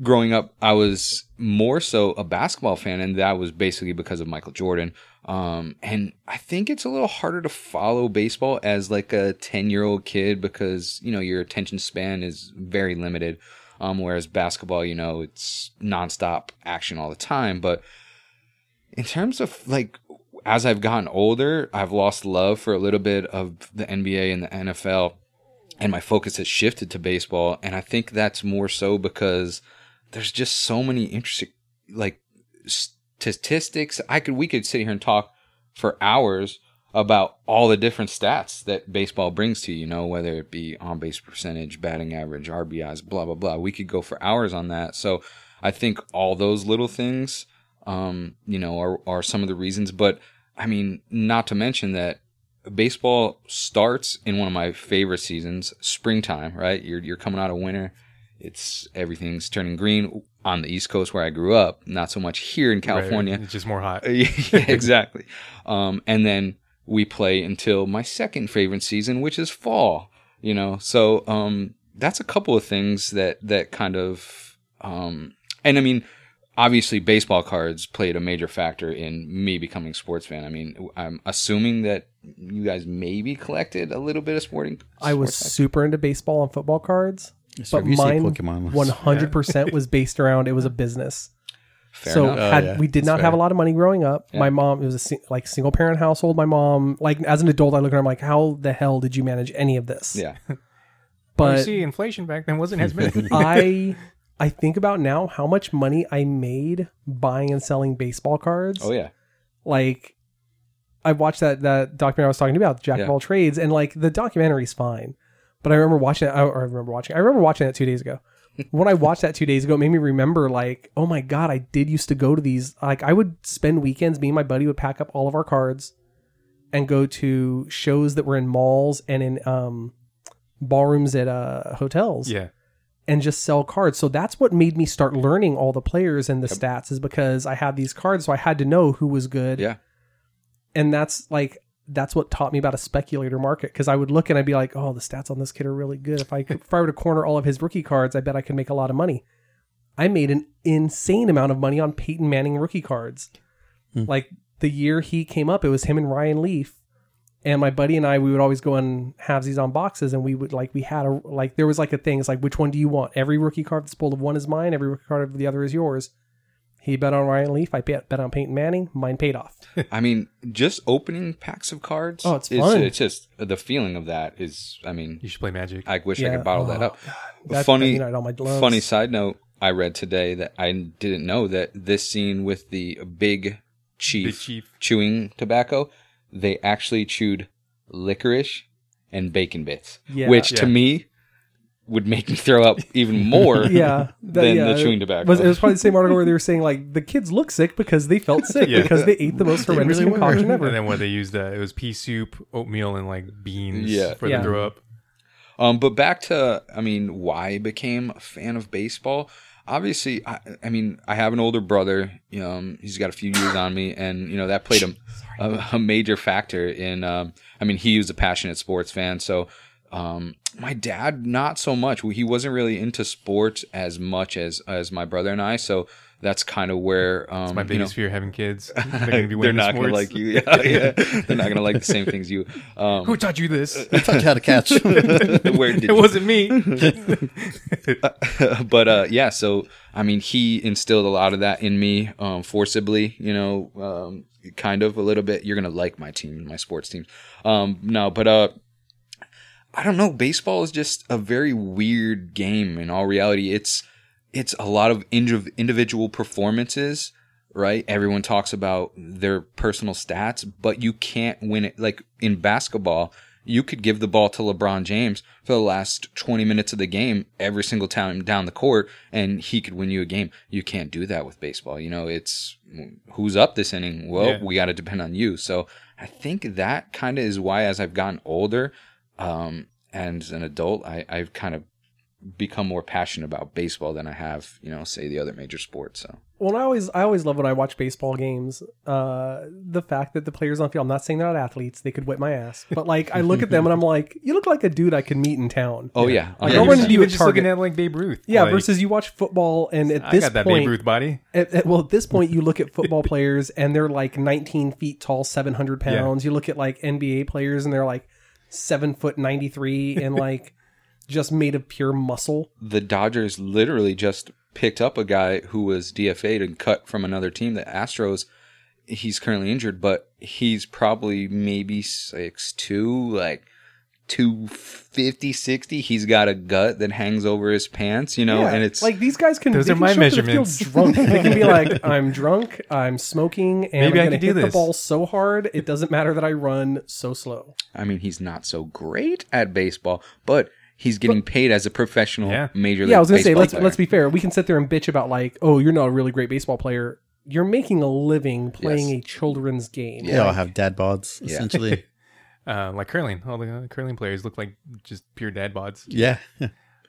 S2: growing up, I was more so a basketball fan, and that was basically because of Michael Jordan. Um, and I think it's a little harder to follow baseball as like a ten-year-old kid because you know your attention span is very limited. Um, whereas basketball, you know, it's nonstop action all the time. But in terms of like as I've gotten older, I've lost love for a little bit of the NBA and the NFL, and my focus has shifted to baseball. And I think that's more so because there's just so many interesting like statistics. I could we could sit here and talk for hours about all the different stats that baseball brings to you, you know, whether it be on base percentage, batting average, RBIs, blah blah blah. We could go for hours on that. So I think all those little things um, you know, are are some of the reasons. But I mean, not to mention that baseball starts in one of my favorite seasons, springtime. Right, you're you're coming out of winter. It's everything's turning green on the East Coast where I grew up. Not so much here in
S4: Right,
S2: California.
S4: It's just more hot.
S2: (laughs) yeah, exactly. Um, and then we play until my second favorite season, which is fall. You know, so um, that's a couple of things that that kind of, um, and I mean, obviously, baseball cards played a major factor in me becoming a sports fan. I mean, I'm assuming that you guys maybe collected a little bit of sporting.
S3: I was
S2: sports-
S3: super into baseball and football cards, but
S5: Have you seen
S3: mine
S5: Pokemon
S3: one hundred percent was based around it was a business.
S2: Fair
S3: so
S2: enough.
S5: Oh,
S3: had,
S5: yeah.
S3: we did
S5: That's
S3: not have a
S5: fair.
S3: lot of money growing up.
S2: Yeah.
S3: My mom it was a si- like single parent household. My mom like as an adult I look at her I'm like how the hell did you manage any of
S2: (laughs)
S3: this?
S2: yeah.
S4: you
S3: But
S4: see, inflation back then wasn't
S2: (laughs)
S4: as bad. (laughs)
S3: I I think about now how much money I made buying and selling baseball cards.
S2: Oh yeah.
S3: Like I watched that that documentary I was talking about, Jack
S2: Yeah.
S3: of All Trades, and like the documentary's fine. But I remember watching it. I, or I remember watching. I remember watching that two days ago. when I watched that two days ago, it made me remember like, oh my god, I did used to go to these. Like I would spend weekends. Me and my buddy would pack up all of our cards and go to shows that were in malls and in um, ballrooms at uh, hotels
S4: yeah,
S3: and just sell cards. So that's what made me start learning all the players and the stats is because I had these cards, so I had to know who was good.
S2: Yeah.
S3: And that's like that's what taught me about a speculator market because I would look and I'd be like, "Oh, the stats on this kid are really good. If I could, if I were to corner all of his rookie cards, I bet I could make a lot of money." I made an insane amount of money on Peyton Manning rookie cards. Like the year he came up, it was him and Ryan Leaf and my buddy and I, we would always go and have these on boxes, and we would like we had a like there was like a thing. It's like which one do you want? Every rookie card that's pulled of one is mine. Every rookie card of the other is yours. He bet on Ryan Leaf. I bet, bet on Peyton Manning. Mine
S2: (laughs)
S3: paid off.
S2: I mean, just opening packs of cards.
S3: Oh, it's fun.
S2: It's, just the feeling of that is. I mean,
S4: you should play Magic.
S2: I wish I
S3: Yeah.
S2: could bottle that
S3: Oh,
S2: up.
S3: That-
S2: funny,
S3: you know, I had all my gloves. (laughs)
S2: funny side note. I read today that I didn't know that this scene with the big chief,
S4: Big Chief.
S2: chewing tobacco, they actually chewed licorice and bacon bits,
S3: Yeah.
S2: which
S4: Yeah.
S2: to me would make me throw up even more. (laughs)
S3: (laughs) Yeah, that-
S2: than
S3: yeah,
S2: the chewing tobacco.
S3: Was, it was probably the same article where they were saying like the kids look sick because they felt
S2: (laughs)
S3: sick
S4: Yeah.
S3: because they ate the most horrendous
S5: really were. (laughs)
S3: concoction ever.
S4: and then what they used, uh, it was pea soup, oatmeal, and like beans
S2: Yeah.
S4: for
S3: Yeah.
S4: the throw up.
S2: Um, but back to, I mean, why I became a fan of baseball. Obviously, I, I mean, I have an older brother. you know, Um, he's got a few years on me, and you know that played a, a, a major factor in. Um, I mean, he was a passionate sports fan, so um, my dad not so much. He wasn't really into sports as much as as my brother and I. So that's kind of where um,
S4: My
S2: you know-
S4: biggest fear
S2: (laughs)
S4: having kids. They're, gonna be
S2: they're
S4: winning
S2: not going to
S4: sports.
S2: like you. (laughs) Yeah, yeah. they're not going to like the same things you.
S4: (laughs)
S2: Um, (laughs)
S4: Who taught you this?
S5: Fuck how
S4: (laughs)
S5: to catch. That's
S2: where did
S4: it
S2: you (laughs)
S4: wasn't me.
S2: but uh, yeah, so I mean, he instilled a lot of that in me um, forcibly. You know, um, kind of a little bit. You're gonna like my team and my sports teams. Um, no, but uh, I don't know. Baseball is just a very weird game. In all reality, it's it's a lot of indiv- individual performances. Right, everyone talks about their personal stats, but you can't win it. Like in basketball, you could give the ball to LeBron James for the last 20 minutes of the game every single time down the court and he could win you a game. You can't do that with baseball. You know, it's who's up this inning? Well,
S4: Yeah.
S2: we got to depend on you. So I think that kind of is why, as I've gotten older um, and as an adult, I, I've kind of become more passionate about baseball than I have, you know, say the other major sports. So
S3: Well, I always I always love when I watch baseball games. Uh, the fact that the players on the field, I'm not saying they're not athletes, they could whip my ass, but like I look at them and I'm like, you look like a dude I could meet in town.
S2: oh yeah,
S3: Like,
S4: Yeah,
S3: I
S4: you
S3: wanted
S4: just-
S3: to be
S4: you
S3: a
S4: were just looking
S3: target.
S4: at like Babe Ruth.
S3: Yeah,
S4: Like,
S3: versus you watch football, and at
S4: I
S3: this
S4: got that
S3: point,
S4: Babe Ruth body.
S3: at- at- well, at this point, you look at football players and they're like 19 feet tall, 700
S4: Yeah.
S3: pounds. You look at like NBA players and they're like seven foot 93 and like just made of pure muscle.
S2: the Dodgers literally just picked up a guy who was DFA'd and cut from another team, the Astros. He's currently injured, but he's probably maybe six two, like 250, 60. He's got a gut that hangs over his pants, you know,
S3: Yeah,
S2: and it's
S3: like these guys can.
S4: Those
S3: they
S4: are
S3: can
S4: my
S3: show up to the field
S4: measurements.
S3: Drunk, they can be
S4: (laughs)
S3: like, "I'm drunk, I'm smoking, and
S4: Maybe I
S3: I'm going to
S4: could do
S3: hit the
S4: this."
S3: ball so hard it doesn't matter that I run so slow."
S2: I mean, he's not so great at baseball, but he's getting paid as a professional
S4: Yeah.
S2: major league.
S3: yeah, I was going to say,
S2: Baseball
S3: let's
S2: player.
S3: let's be fair. We can sit there and bitch about like, "Oh, you're not a really great baseball player." You're making a living playing
S2: Yes.
S3: a children's game.
S5: They all have dad bods,
S2: Yeah. (laughs)
S5: essentially.
S4: Uh, like curling, all the uh, curling players look like just pure dad bods.
S5: yeah.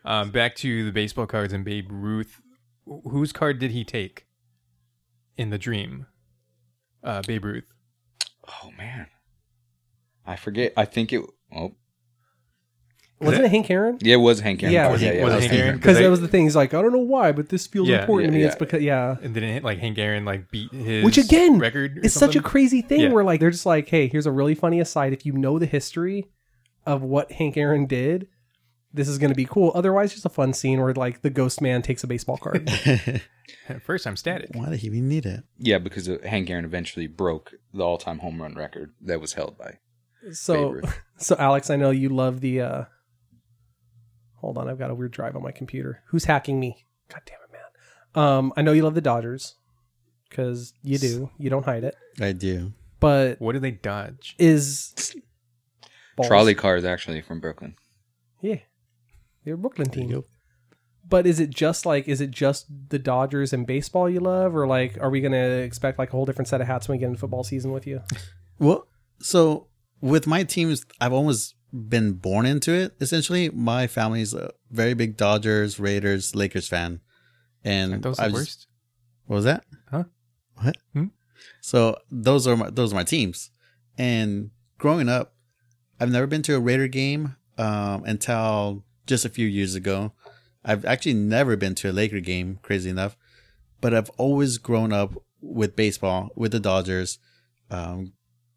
S4: Um, back to the baseball cards and Babe Ruth. Wh- Whose card did he take in the dream? Uh, Babe Ruth.
S2: Oh, man. I forget. I think it. Oh,
S3: Wasn't it Hank Aaron?
S2: yeah, it was Hank Aaron.
S3: Yeah,
S2: Oh,
S3: was it-
S4: was it
S2: that
S4: Hank Aaron?
S3: Because
S4: They-
S3: that was the thing. He's like, I don't know why, but this feels
S4: Yeah,
S3: important to
S2: yeah,
S3: me.
S2: yeah.
S3: It's because, yeah.
S4: And didn't it, like Hank Aaron like beat his
S3: Which again,
S4: record? or
S3: It's such a
S4: something?
S3: crazy thing
S4: Yeah.
S3: where like they're just like, hey, here's a really funny aside. If you know the history of what Hank Aaron did, this is going to be cool. Otherwise, just a fun scene where like the ghost man takes a baseball
S4: (laughs)
S3: card.
S4: first I'm static.
S5: (laughs) Why did he even need it?
S2: Yeah, because uh, Hank Aaron eventually broke the all-time home run record that was held by Babe
S3: so,
S2: Ruth.
S3: so Alex, I know you love the. uh Hold on, I've got a weird drive on my computer. Who's hacking me? God damn it, man! Um, I know you love the Dodgers because you do. You don't hide it,
S5: I do.
S3: but
S4: What did they dodge?
S3: is (laughs) balls.
S2: Trolley cars, actually, from Brooklyn.
S3: Yeah, they're a Brooklyn
S5: There you
S3: team.
S5: go.
S3: But is it just like is it just the Dodgers and baseball you love, or like are we gonna expect like a whole different set of hats when we get into football season with you?
S5: Well, so with my teams, I've almost been born into it. Essentially, my family's a very big Dodgers, Raiders, Lakers fan, and
S4: Aren't those
S5: I
S4: the
S5: was-
S4: worst?
S5: What was that?
S4: Huh?
S5: What?
S4: Hmm?
S5: So those are my those are my teams. And growing up, I've never been to a Raider game um, until just a few years ago. I've actually never been to a Laker game, crazy enough. But I've always grown up with baseball, with the Dodgers, um,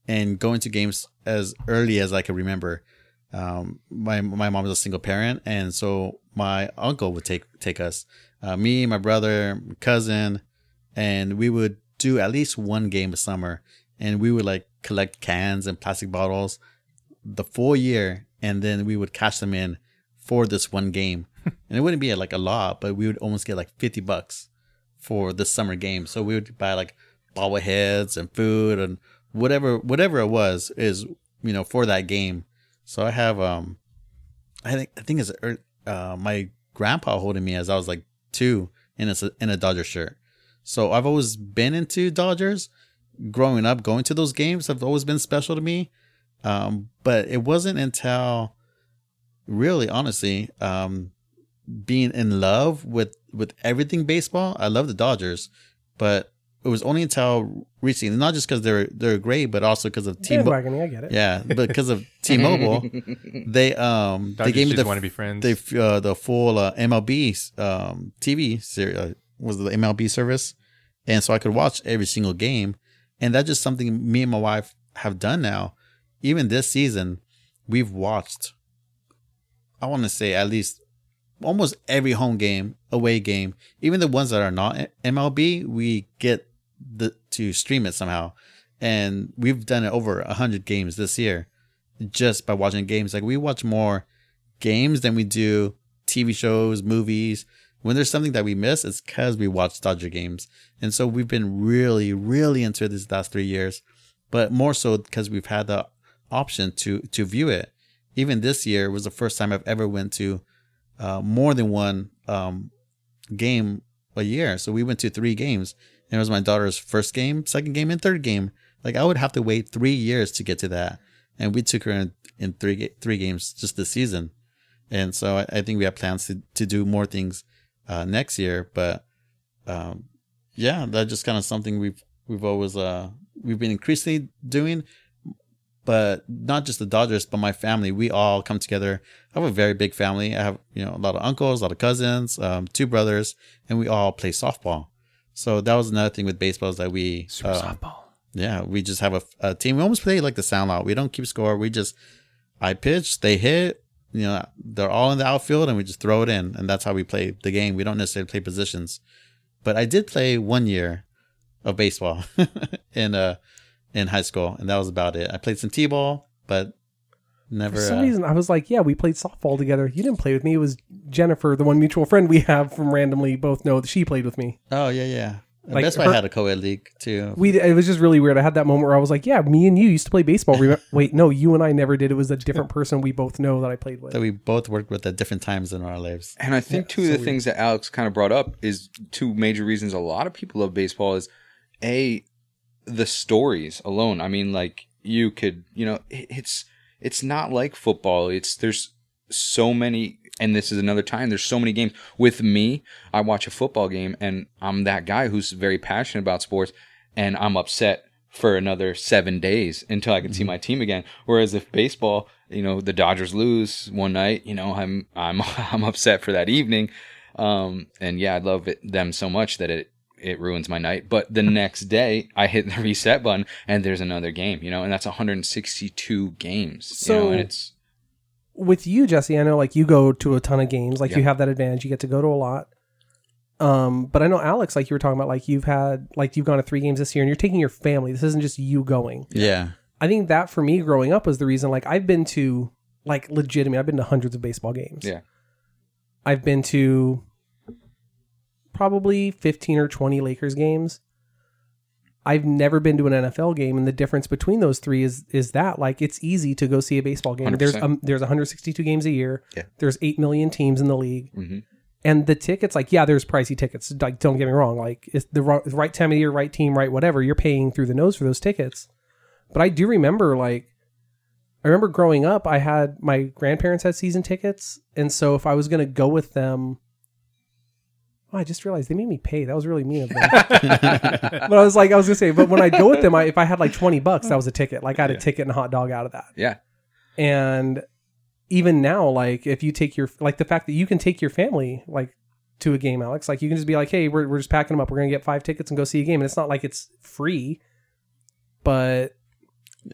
S5: and going to games as early as I can remember. Um, my my mom was a single parent, and so my uncle would take take us, uh, me, my brother, cousin, and we would do at least one game a summer and we would like collect cans and plastic bottles the full year and then we would cash them in for this one game and it wouldn't be like a lot but we would almost get like 50 bucks for the summer game so we would buy like bobbleheads and food and whatever whatever it was is you know for that game so i have um i think i think it's ear- uh, my grandpa holding me as i was like two in a s- in a dodger shirt so I've always been into Dodgers. Growing up, going to those games have always been special to me. Um, but it wasn't until really honestly um being in love with with everything baseball i love the dodgers but it was only until recently not just because they're they're great but also because of t-mobile
S3: Bandwagoning, I get it.
S5: yeah because
S3: (laughs)
S5: of t-mobile they um
S4: Dodgers
S5: they gave me
S4: just
S5: the
S4: want to be friends.
S5: they uh, the full uh, MLB um, TV series uh, was the MLB service, and so I could watch every single game, and that's just something me and my wife have done now. Even this season, we've watched. I want to say at least almost every home game, away game, even the ones that are not MLB, we get the to stream it somehow, and we've done it over hundred games this year, just by watching games. Like we watch more games than we do TV shows, movies. When there's something that we miss, it's because we watch Dodger games. And so we've been really, really into this last three years, but more so because we've had the option to to view it. Even this year was the first time I've ever went to uh, more than one um, game a year. So we went to three games. And it was my daughter's first game, second game, and third game. Like I would have to wait three years to get to that. And we took her in, in three ga- three games just this season. And so I, I think we have plans to, to do more things uh, next year. But um, yeah, that's just kind of something we've we've always uh, we've been increasingly doing. But not just the Dodgers, but my family. We all come together. I have a very big family. I have you know a lot of uncles, a lot of cousins, um, two brothers, and we all play softball. So that was another thing with baseball is that we
S4: Super
S5: uh,
S4: softball.
S5: yeah, we just have a, a team. We almost play like the Soundlot. We don't keep score. We just, I pitch, they hit. You know, they're all in the outfield, and we just throw it in, and that's how we play the game. We don't necessarily play positions. But I did play one year of baseball (laughs) in uh in high school, and that was about it. I played some t-ball, but never.
S3: For some
S5: uh,
S3: reason, I was like, "Yeah, we played softball together. You didn't play with me. It was Jennifer, the one mutual friend we have from randomly both know that she played with me.
S5: oh yeah, yeah.
S3: Like,
S5: Best Buy
S3: her-
S5: had a co-ed league too.
S3: We it was just really weird. I had that moment where I was like, "Yeah, me and you used to play baseball. Remem- (laughs) Wait, no, you and I never did. It was a different person we both know that I played with.
S5: that we both worked with at different times in our lives.
S2: And I think two of the things that Alex kind of brought up is two major reasons a lot of people love baseball is a the stories alone. I mean, like you could, you know, it- it's it's not like football. It's there's so many, and this is another time. There's so many games. With me, I watch a football game, and I'm that guy who's very passionate about sports, and I'm upset for another seven days until I can see my team again. Whereas if baseball, you know, the Dodgers lose one night, you know, I'm I'm (laughs) I'm upset for that evening. Um, and yeah, I love it, them so much that it it ruins my night. But the next day, I hit the reset button, and there's another game, you know, and that's 162 games. you know,
S3: So-
S2: and it's
S3: with you, Jesse, I know like you go to a ton of games. Like
S2: Yeah.
S3: you have that advantage. You get to go to a lot. Um, but I know Alex, like you were talking about, like you've had like you've gone to three games this year, and you're taking your family. This isn't just you going.
S5: Yeah.
S3: I think that for me growing up was the reason. Like I've been to like legitimate. I've been to hundreds of baseball games.
S2: Yeah.
S3: I've been to probably fifteen or twenty Lakers games. I've never been to an NFL game, and the difference between those three is is that like it's easy to go see a baseball game. There's
S2: 100%.
S3: um, there's 162 games a year.
S2: Yeah.
S3: There's eight million teams in the league,
S2: Mhm.
S3: and the tickets like yeah, there's pricey tickets. Like don't get me wrong, like it's the ro- right time of year, right team, right whatever. You're paying through the nose for those tickets. But I do remember like I remember growing up I had my grandparents had season tickets and so if I was going to go with them oh, I just realized they made me pay. That was really mean of them. but I was like I was going to say but when I go with them I, if I had like 20 bucks that was a ticket. Like I had a ticket and a hot dog out of that.
S2: yeah,
S3: And even now like if you take your like the fact that you can take your family like to a game Alex like you can just be like hey we're we're just packing them up. We're going to get 5 tickets and go see a game and it's not like it's free but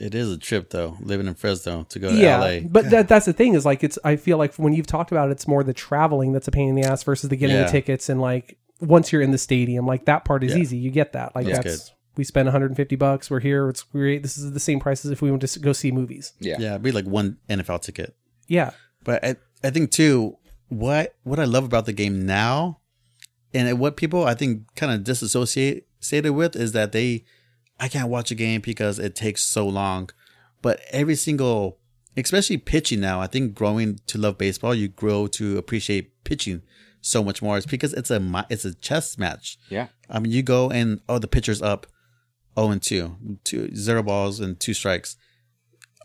S5: It is a trip though, living in Fresno to go to
S3: yeah,
S5: LA.
S3: but that, that's the thing is like it's. I feel like when you've talked about it, it's more the traveling that's a pain in the ass versus the getting
S5: Yeah.
S3: the tickets and like once you're in the stadium, like that part is
S5: Yeah.
S3: easy. You get that. Like
S5: That's
S3: that's, we spend 150 bucks. We're here. It's great. This is the same price as if we went to s- go see movies.
S2: yeah,
S5: Yeah, it'd be like one NFL ticket.
S3: Yeah,
S5: But I, I think too, what what I love about the game now, and what people I think kind of disassociate associated with is that they, I can't watch a game because it takes so long. But every single, especially pitching now, I think growing to love baseball, you grow to appreciate pitching so much more. It's because it's a mi- it's a chess match.
S2: yeah.
S5: I mean, you go and oh, the pitcher's up, Uh, oh and two, two zero balls and two strikes.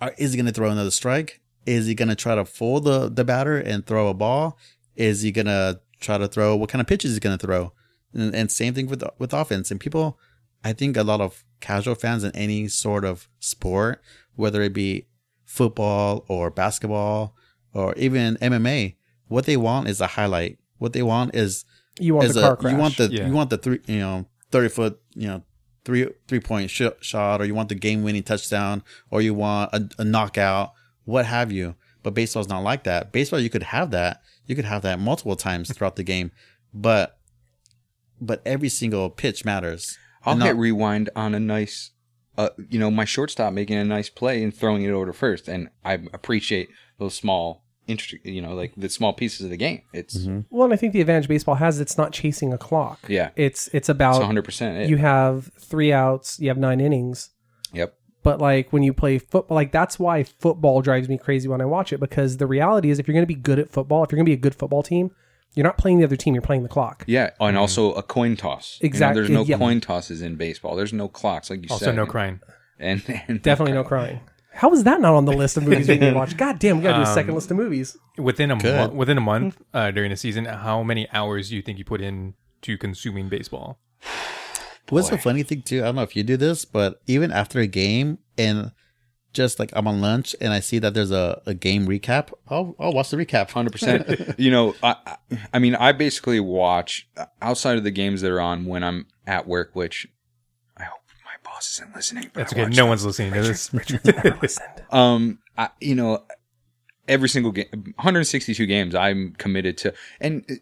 S5: Are, is he going to throw another strike? Is he gonna try to fool the the batter and throw a ball? Is he gonna try to throw? What kind of pitches is he gonna throw? And, and same thing with with offense. And people, I think a lot of casual fans in any sort of sport, whether it be football or basketball or even MMA, what they want is a highlight. What they want is
S3: You want
S5: is
S3: the
S5: a-
S3: car crash.
S5: You want the
S4: Yeah.
S5: you want the three you know thirty foot you know three three point sh- shot, or you want the game winning touchdown, or you want a, a knockout, what have you. But baseball's not like that. Baseball, you could have that. You could have that multiple times throughout the game, but but every single pitch matters.
S2: I'll
S5: And not-
S2: hit rewind on a nice, uh, you know, my shortstop making a nice play and throwing it over to first, and I appreciate those small, inter- you know, like the small pieces of the game. It's
S3: Well, and I think the advantage baseball has is it's not chasing a clock.
S2: Yeah.
S3: It's it's
S2: it's
S3: about
S2: 100 percent.
S3: you have three outs, you have nine innings.
S2: Yep.
S3: But like when you play football, like that's why football drives me crazy when I watch it because the reality is if you're going to be good at football, if you're going to be a good football team, you're not playing the other team, you're playing the clock.
S2: Yeah, and also a coin toss. You know,
S3: Exactly,
S2: there's no
S3: yeah.
S2: coin tosses in baseball. There's no clocks, like you
S4: Also,
S2: said.
S4: no crying.
S2: And, and
S3: Definitely no crying. How is that not on the list of movies we need to watch? God damn, we got to do a
S2: Um,
S3: second list of movies.
S4: Within a
S5: Good.
S4: month, within a month uh, during the season, how many hours do you think you put in to consuming baseball?
S5: What's the
S2: Boy.
S5: funny thing too? I don't know if you do this, but even after a game and just like I'm on lunch and I see that there's a, a game recap, I'll, I'll watch the recap.
S2: hundred percent. You know, I, I- I mean, I basically watch uh, outside of the games that are on when I'm at work, which I hope my boss isn't listening. But
S4: That's
S2: I
S4: okay.
S2: watch
S4: No
S2: them.
S4: one's listening to this.
S2: Um, I, you know, every single game, 162 games, I'm committed to, and uh,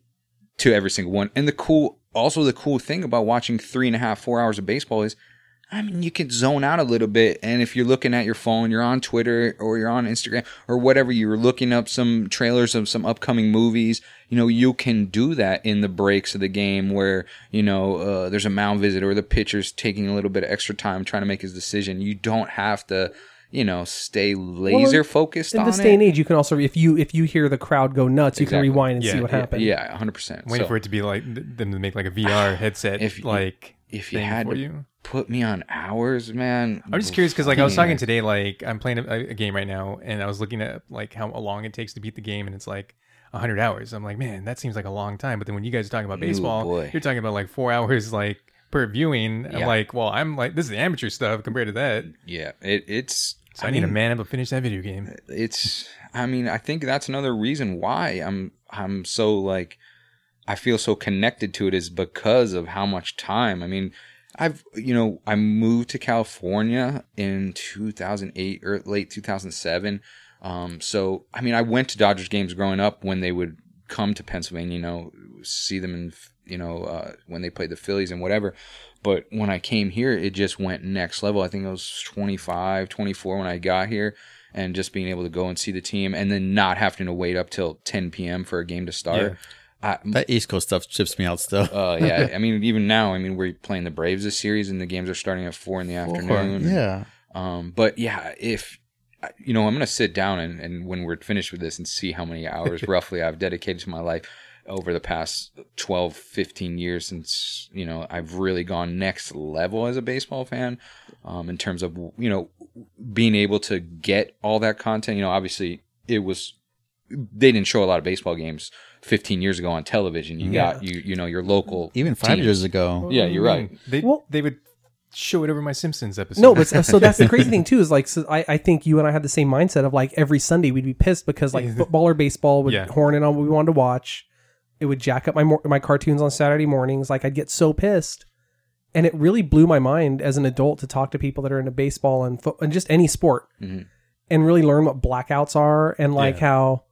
S2: to every single one. And the cool, also the cool thing about watching three and a half, four hours of baseball is, I mean, you can zone out a little bit. And if you're looking at your phone, you're on Twitter or you're on Instagram or whatever, you're looking up some trailers of some upcoming movies. You know, you can do that in the breaks of the game where, you know, uh, there's a mound visit or the pitcher's taking a little bit of extra time trying to make his decision. You don't have to, you know, stay laser focused
S3: In
S2: on
S3: this
S2: it.
S3: day and age, you can also if you if you hear the crowd go nuts,
S2: Exactly.
S3: you can rewind and see
S4: Yeah,
S3: what
S2: Yeah,
S3: happened.
S2: Yeah, 100%.
S4: Waiting
S2: So
S4: for it to be like th- them to make like
S2: (sighs)
S4: a VR headset,
S2: If you-
S4: like
S2: if you
S4: thing
S2: had
S4: for
S2: to-
S4: you.
S2: put me on hours, man.
S4: I'm just curious because like I was
S2: Yeah.
S4: talking today, like I'm playing a, a game right now, and I was looking at like how long it takes to beat the game, and it's like 100 hours. I'm like, man, that seems like a long time. But then when you guys are talking about
S2: Ooh,
S4: baseball,
S2: boy.
S4: you're talking about like four hours like per viewing. I'm
S2: Yeah.
S4: like, well, I'm like this is amateur stuff compared to that.
S2: Yeah, it, it's.
S4: So I, need
S2: mean, Uh,
S4: to man up and finish that video game.
S2: it's i mean i think that's another reason why i'm i'm so like i feel so connected to it is because of how much time i mean i've you know i moved to california in 2008 or er, late 2007 um so i mean i went to dodgers games growing up when they would come to pennsylvania you know see them in you know uh, when they played the phillies and whatever but when i came here it just went next level i think i was 25 24 when i got here and just being able to go and see the team and then not having to wait up till 10 p.m. for a game to start. I,
S5: That East Coast stuff chips me out still.
S2: (laughs) uh, yeah, I mean, even now, I mean, we're playing the Braves this series and the games are starting at four in the afternoon.
S5: Yeah.
S2: Um, but yeah, if you know, I'm gonna sit down and, and when we're finished with this and see how many hours roughly I've dedicated to my life over the past 12, 15 years since you know I've really gone next level as a baseball fan, um, in terms of you know being able to get all that content. You know, obviously it was they didn't show a lot of baseball games 15 years ago on television. You got you you know your local
S5: Even five
S2: team.
S5: years ago.
S2: Yeah, you're right.
S4: They
S3: Well-
S4: they would show it over my Simpsons
S3: (laughs)
S4: episode.
S3: No, but so, so that's the crazy thing too is like so I, I think you and I had the same mindset of like every Sunday we'd be pissed because like
S4: (laughs)
S3: football or baseball would
S4: Yeah.
S3: horn in on what we wanted to watch. It would jack up my mor- my cartoons on Saturday mornings. Like I'd get so pissed, and it really blew my mind as an adult to talk to people that are into baseball and foot and just any sport,
S2: Mhm.
S3: and really learn what blackouts are and like how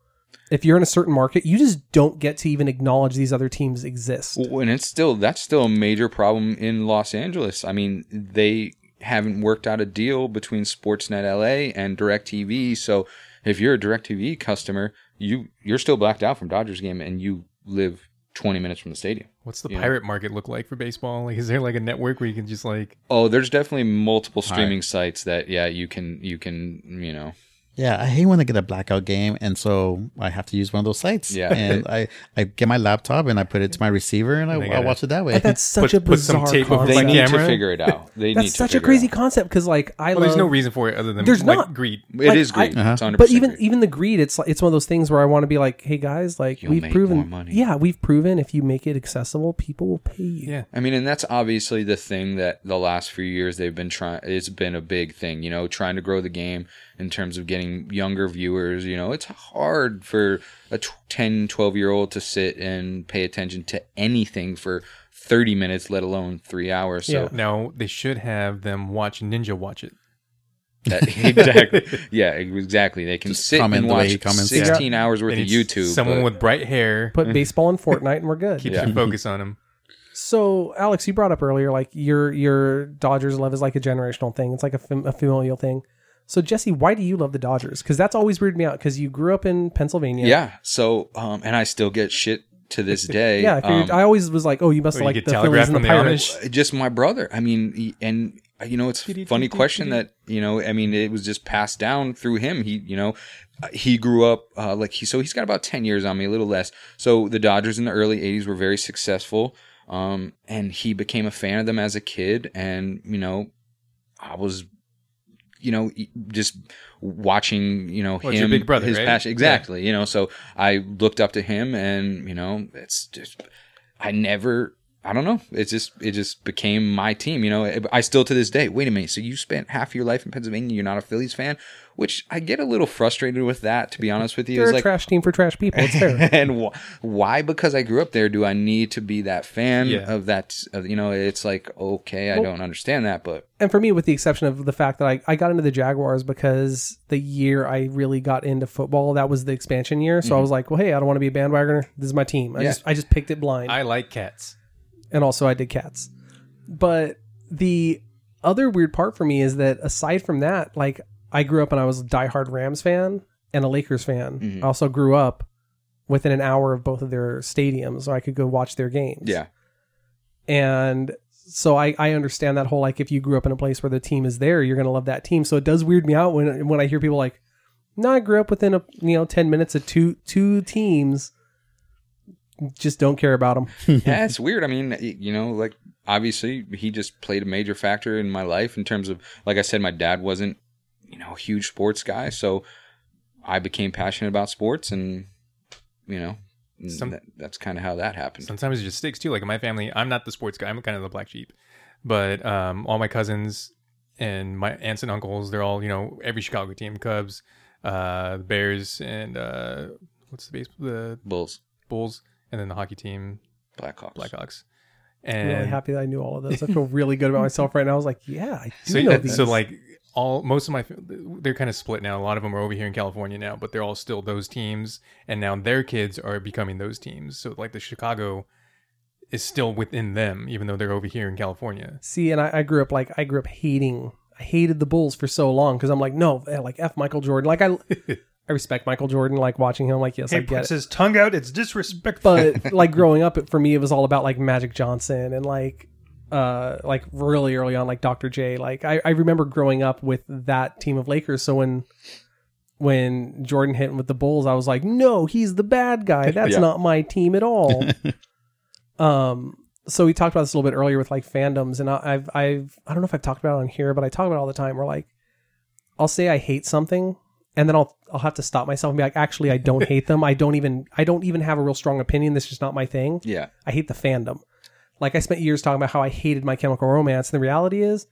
S3: if you're in a certain market, you just don't get to even acknowledge these other teams exist.
S2: Well, and it's still that's still a major problem in Los Angeles. I mean, they haven't worked out a deal between Sportsnet LA and DirecTV. So if you're a DirecTV customer, you you're still blacked out from Dodgers game, and you live 20 minutes from the stadium.
S4: What's the
S2: Yeah.
S4: pirate market look like for baseball? Like, is there like a network where you can just like
S2: Oh, there's definitely multiple streaming sites that yeah you can you can you know
S5: Yeah, I hate when I get a blackout game, and so I have to use one of those sites.
S2: Yeah.
S5: and I, I get my laptop and I put it to my receiver, and I,
S4: They
S5: I
S4: gotta-
S5: watch it that way.
S3: But that's
S5: (laughs)
S3: such
S4: Put-
S3: a
S4: put some
S3: bizarre
S4: tape over
S2: They
S4: Like
S3: concept.
S2: need to
S4: camera?
S2: figure it out. They need
S3: That's
S2: to
S3: such a
S2: figure it
S3: crazy
S2: out.
S3: concept because like I
S4: Well, there's
S3: love-
S4: no reason for it other than
S3: There's
S4: like
S3: not.
S4: greed.
S2: It
S3: like,
S2: is greed.
S3: I-
S2: it's 100%
S3: but even
S2: greed.
S3: even the greed it's like it's one of those things where i want to be like hey guys like
S2: You'll
S3: we've
S2: make
S3: proven
S2: more money.
S3: yeah we've proven if you make it accessible people will pay you
S4: Yeah.
S2: I mean, and that's obviously the thing that the last few years they've been trying. It's been a big thing, you know, trying to grow the game in terms of getting younger viewers. You know, it's hard for a tw- 10, 12 year old to sit and pay attention to anything for 30 minutes, let alone three hours. So,
S4: No, they should have them watch Ninja Watch It. (laughs)
S2: that, exactly. Yeah, exactly. They can
S5: Just
S2: sit
S5: comment
S2: and
S5: the way
S2: watch
S5: he comments, yeah.
S2: 16 hours worth
S4: They
S2: of
S4: need s-
S2: YouTube.
S4: Someone
S2: but-
S4: with bright hair (laughs)
S2: Mm-hmm.
S3: put baseball and fortnite and we're good
S4: keeps
S2: Yeah.
S4: your focus on them.
S3: so alex you brought up earlier like your your dodgers love is like a generational thing it's like a, fam- a familial thing so jesse why do you love the dodgers because that's always weirded me out because you grew up in pennsylvania
S2: Yeah. So, um, and I still get shit to this day.
S3: yeah I, figured,
S2: um,
S3: I always was like oh you must
S4: Or you
S3: like
S4: get
S3: the phillies
S4: telegraphed
S3: and the
S4: from the
S3: pirates
S4: Amish.
S2: just my brother. I mean, he- and uh, you know, it's a funny question that you know. I mean, it was just passed down through him. He, you know, uh, he grew up uh, like he. So he's got about ten years on me, a little less. So the Dodgers in the early '80s were very successful, um, and he became a fan of them as a kid. And you know, I was, you know, e- just watching, you know,
S4: Well, it's your
S2: him,
S4: big brother,
S2: his
S4: right?
S2: passion, exactly. You know, so I looked up to him, and you know, it's just I never. I don't know. It just it just became my team. You know, I still to this day. Wait a minute. So you spent half your life in Pennsylvania. You're not a Phillies fan, which I get a little frustrated with that. To be honest with you,
S3: they're
S2: It's
S3: a trash team for trash people it's fair
S2: (laughs) and wh- why? Because I grew up there. Do I need to be that fan
S4: Yeah.
S2: of that? Of, you know, it's like okay, I
S3: Well-
S2: don't understand that, but
S3: and for me, with the exception of the fact that I, I got into the Jaguars because the year I really got into football, that was the expansion year. So I was like, well, hey, I don't want to be a bandwagoner. This is my team. I
S2: Mm-hmm. Yeah.
S3: just I just picked it blind,
S4: I like cats.
S3: and also I did cats. But the other weird part for me is that aside from that, like I grew up and I was a diehard Rams fan and a Lakers fan.
S2: Mhm.
S3: I also grew up within an hour of both of their stadiums, so I could go watch their games
S2: yeah,
S3: and so I, I understand that whole like if you grew up in a place where the team is there you're gonna love that team so it does weird me out when when I hear people like no I grew up within a you know ten minutes of two two teams just don't care about them
S2: yeah, it's weird. I mean, you know, like obviously he just played a major factor in my life in terms of, like I said, my dad wasn't, you know, a huge sports guy, so I became passionate about sports, and you know, and
S4: Some-
S2: that, that's kind of how that happened.
S4: Sometimes it just sticks too. Like in my family, I'm not the sports guy. I'm kind of the black sheep. But um, all my cousins and my aunts and uncles, they're all you know every Chicago team: Cubs, uh, the Bears, and uh, what's the base? The
S2: Bulls,
S4: Bulls, and then the hockey team,
S2: Blackhawks,
S4: Blackhawks.
S3: I'm really
S4: And
S3: happy that I knew all of this I feel really good about myself right now I was like yeah I do
S4: so,
S3: know
S4: yeah,
S3: these
S4: so like all most of my they're kind of split now. A lot of them are over here in California now, but they're all still those teams, and now their kids are becoming those teams. So like the Chicago is still within them, even though they're over here in California.
S3: see and I, I grew up like I grew up hating I hated the Bulls for so long because I'm like no eh, like f Michael Jordan
S6: (laughs)
S3: like I I respect Michael Jordan like watching him like yes I
S6: He
S3: get it
S6: puts his tongue out. It's disrespectful. (laughs)
S3: but like growing up it, for me it was all about like magic johnson and like uh like really early on like dr j like I, I remember growing up with that team of lakers so when when jordan hit with the bulls i was like no he's the bad guy that's
S2: Yeah.
S3: not my team at all um so we talked about this a little bit earlier with like fandoms and I, i've i've i don't know if i've talked about it on here but i talk about it all the time where like i'll say i hate something and then I'll I'll have to stop myself and be like, actually, I don't hate them. I don't even I don't even have a real strong opinion. This is just not my thing.
S2: yeah,
S3: I hate the fandom. Like I spent years talking about how I hated My Chemical Romance, and the reality is,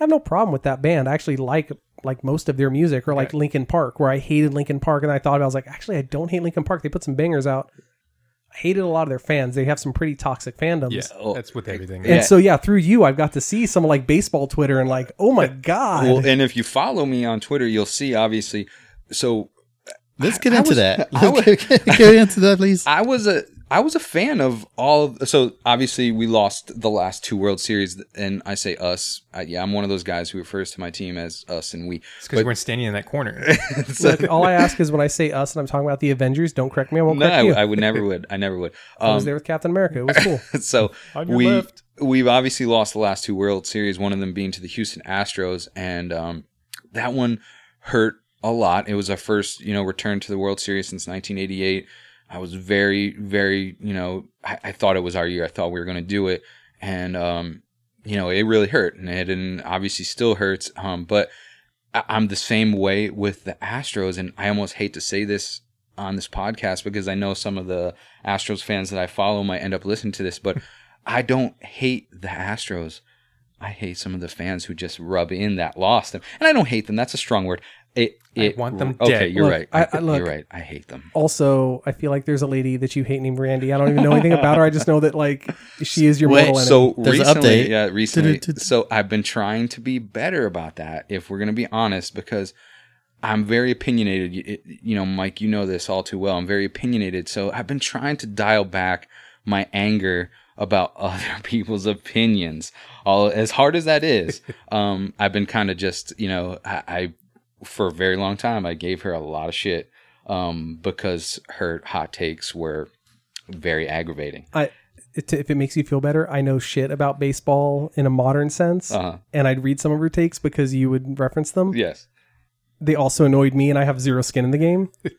S3: I have no problem with that band. I actually like like most of their music, or like Lincoln Park, where I hated Lincoln Park, and I thought about it, I was like, actually, I don't hate Lincoln Park. They put some bangers out. I hated a lot of their fans. They have some pretty toxic fandoms.
S4: Yeah,
S2: Oh,
S4: that's with everything.
S3: And
S2: Yeah.
S3: so yeah, through you, I've got to see some like baseball Twitter and like,
S2: (laughs)
S3: oh my god,
S2: Well, and if you follow me on Twitter, you'll see obviously. So
S5: Let's get
S2: I
S5: into
S2: was-
S5: that.
S2: I
S5: Let's get, get into that, please.
S2: I was a I was a fan of all. Of, so obviously we lost the last two World Series, and I say us. I, yeah, I'm one of those guys who refers to my team as us and we.
S4: It's because we weren't standing in that corner.
S2: So-
S3: Look, all I ask is when I say us and I'm talking about the Avengers, don't correct me. I won't
S2: no,
S3: correct you.
S2: I,
S3: I,
S2: I would never would. I never would.
S3: was
S2: Um,
S3: there with Captain America. It was cool.
S2: (laughs) so
S6: On your
S2: we
S6: left.
S2: we've obviously lost the last two World Series. One of them being to the Houston Astros, and um, that one hurt a lot. It was our first, you know, return to the World Series since 1988. I was very, very, you know, I, I thought it was our year. I thought we were going to do it, and um, you know, it really hurt, and it and obviously still hurts. Um, but I, I'm the same way with the Astros, and I almost hate to say this on this podcast because I know some of the Astros fans that I follow might end up listening to this, but I don't hate the Astros. I hate some of the fans who just rub in that lost them, and I don't hate them. That's a strong word. It,
S4: I
S2: it-
S4: want them
S2: Okay,
S4: dead.
S2: you're
S3: Look,
S2: right.
S3: I- I- look.
S2: you're right. I hate them.
S3: Also, I feel like there's a lady that you hate named Randy. I don't even know anything about her. I just know that like she is your
S5: Wait,
S3: mortal enemy.
S2: So
S5: There's an
S2: recently,
S5: update.
S2: yeah, recently.
S5: Du-du-du-du.
S2: So I've been trying to be better about that. If we're gonna be honest, because I'm very opinionated. You- it- You know, Mike, you know this all too well. I'm very opinionated. So I've been trying to dial back my anger about (laughs) other people's opinions. All as hard as that
S5: (laughs)
S2: is, um, I've been kind of just, you know, I, I for a very long time I gave her a lot of shit um, because her hot takes were very aggravating.
S3: I, it, if it makes you feel better, I know shit about baseball in a modern sense,
S2: Uh huh.
S3: and I'd read some of her takes because you would reference them.
S2: Yes.
S3: They also annoyed me, and I have zero skin in
S2: (laughs)
S3: the game. I'm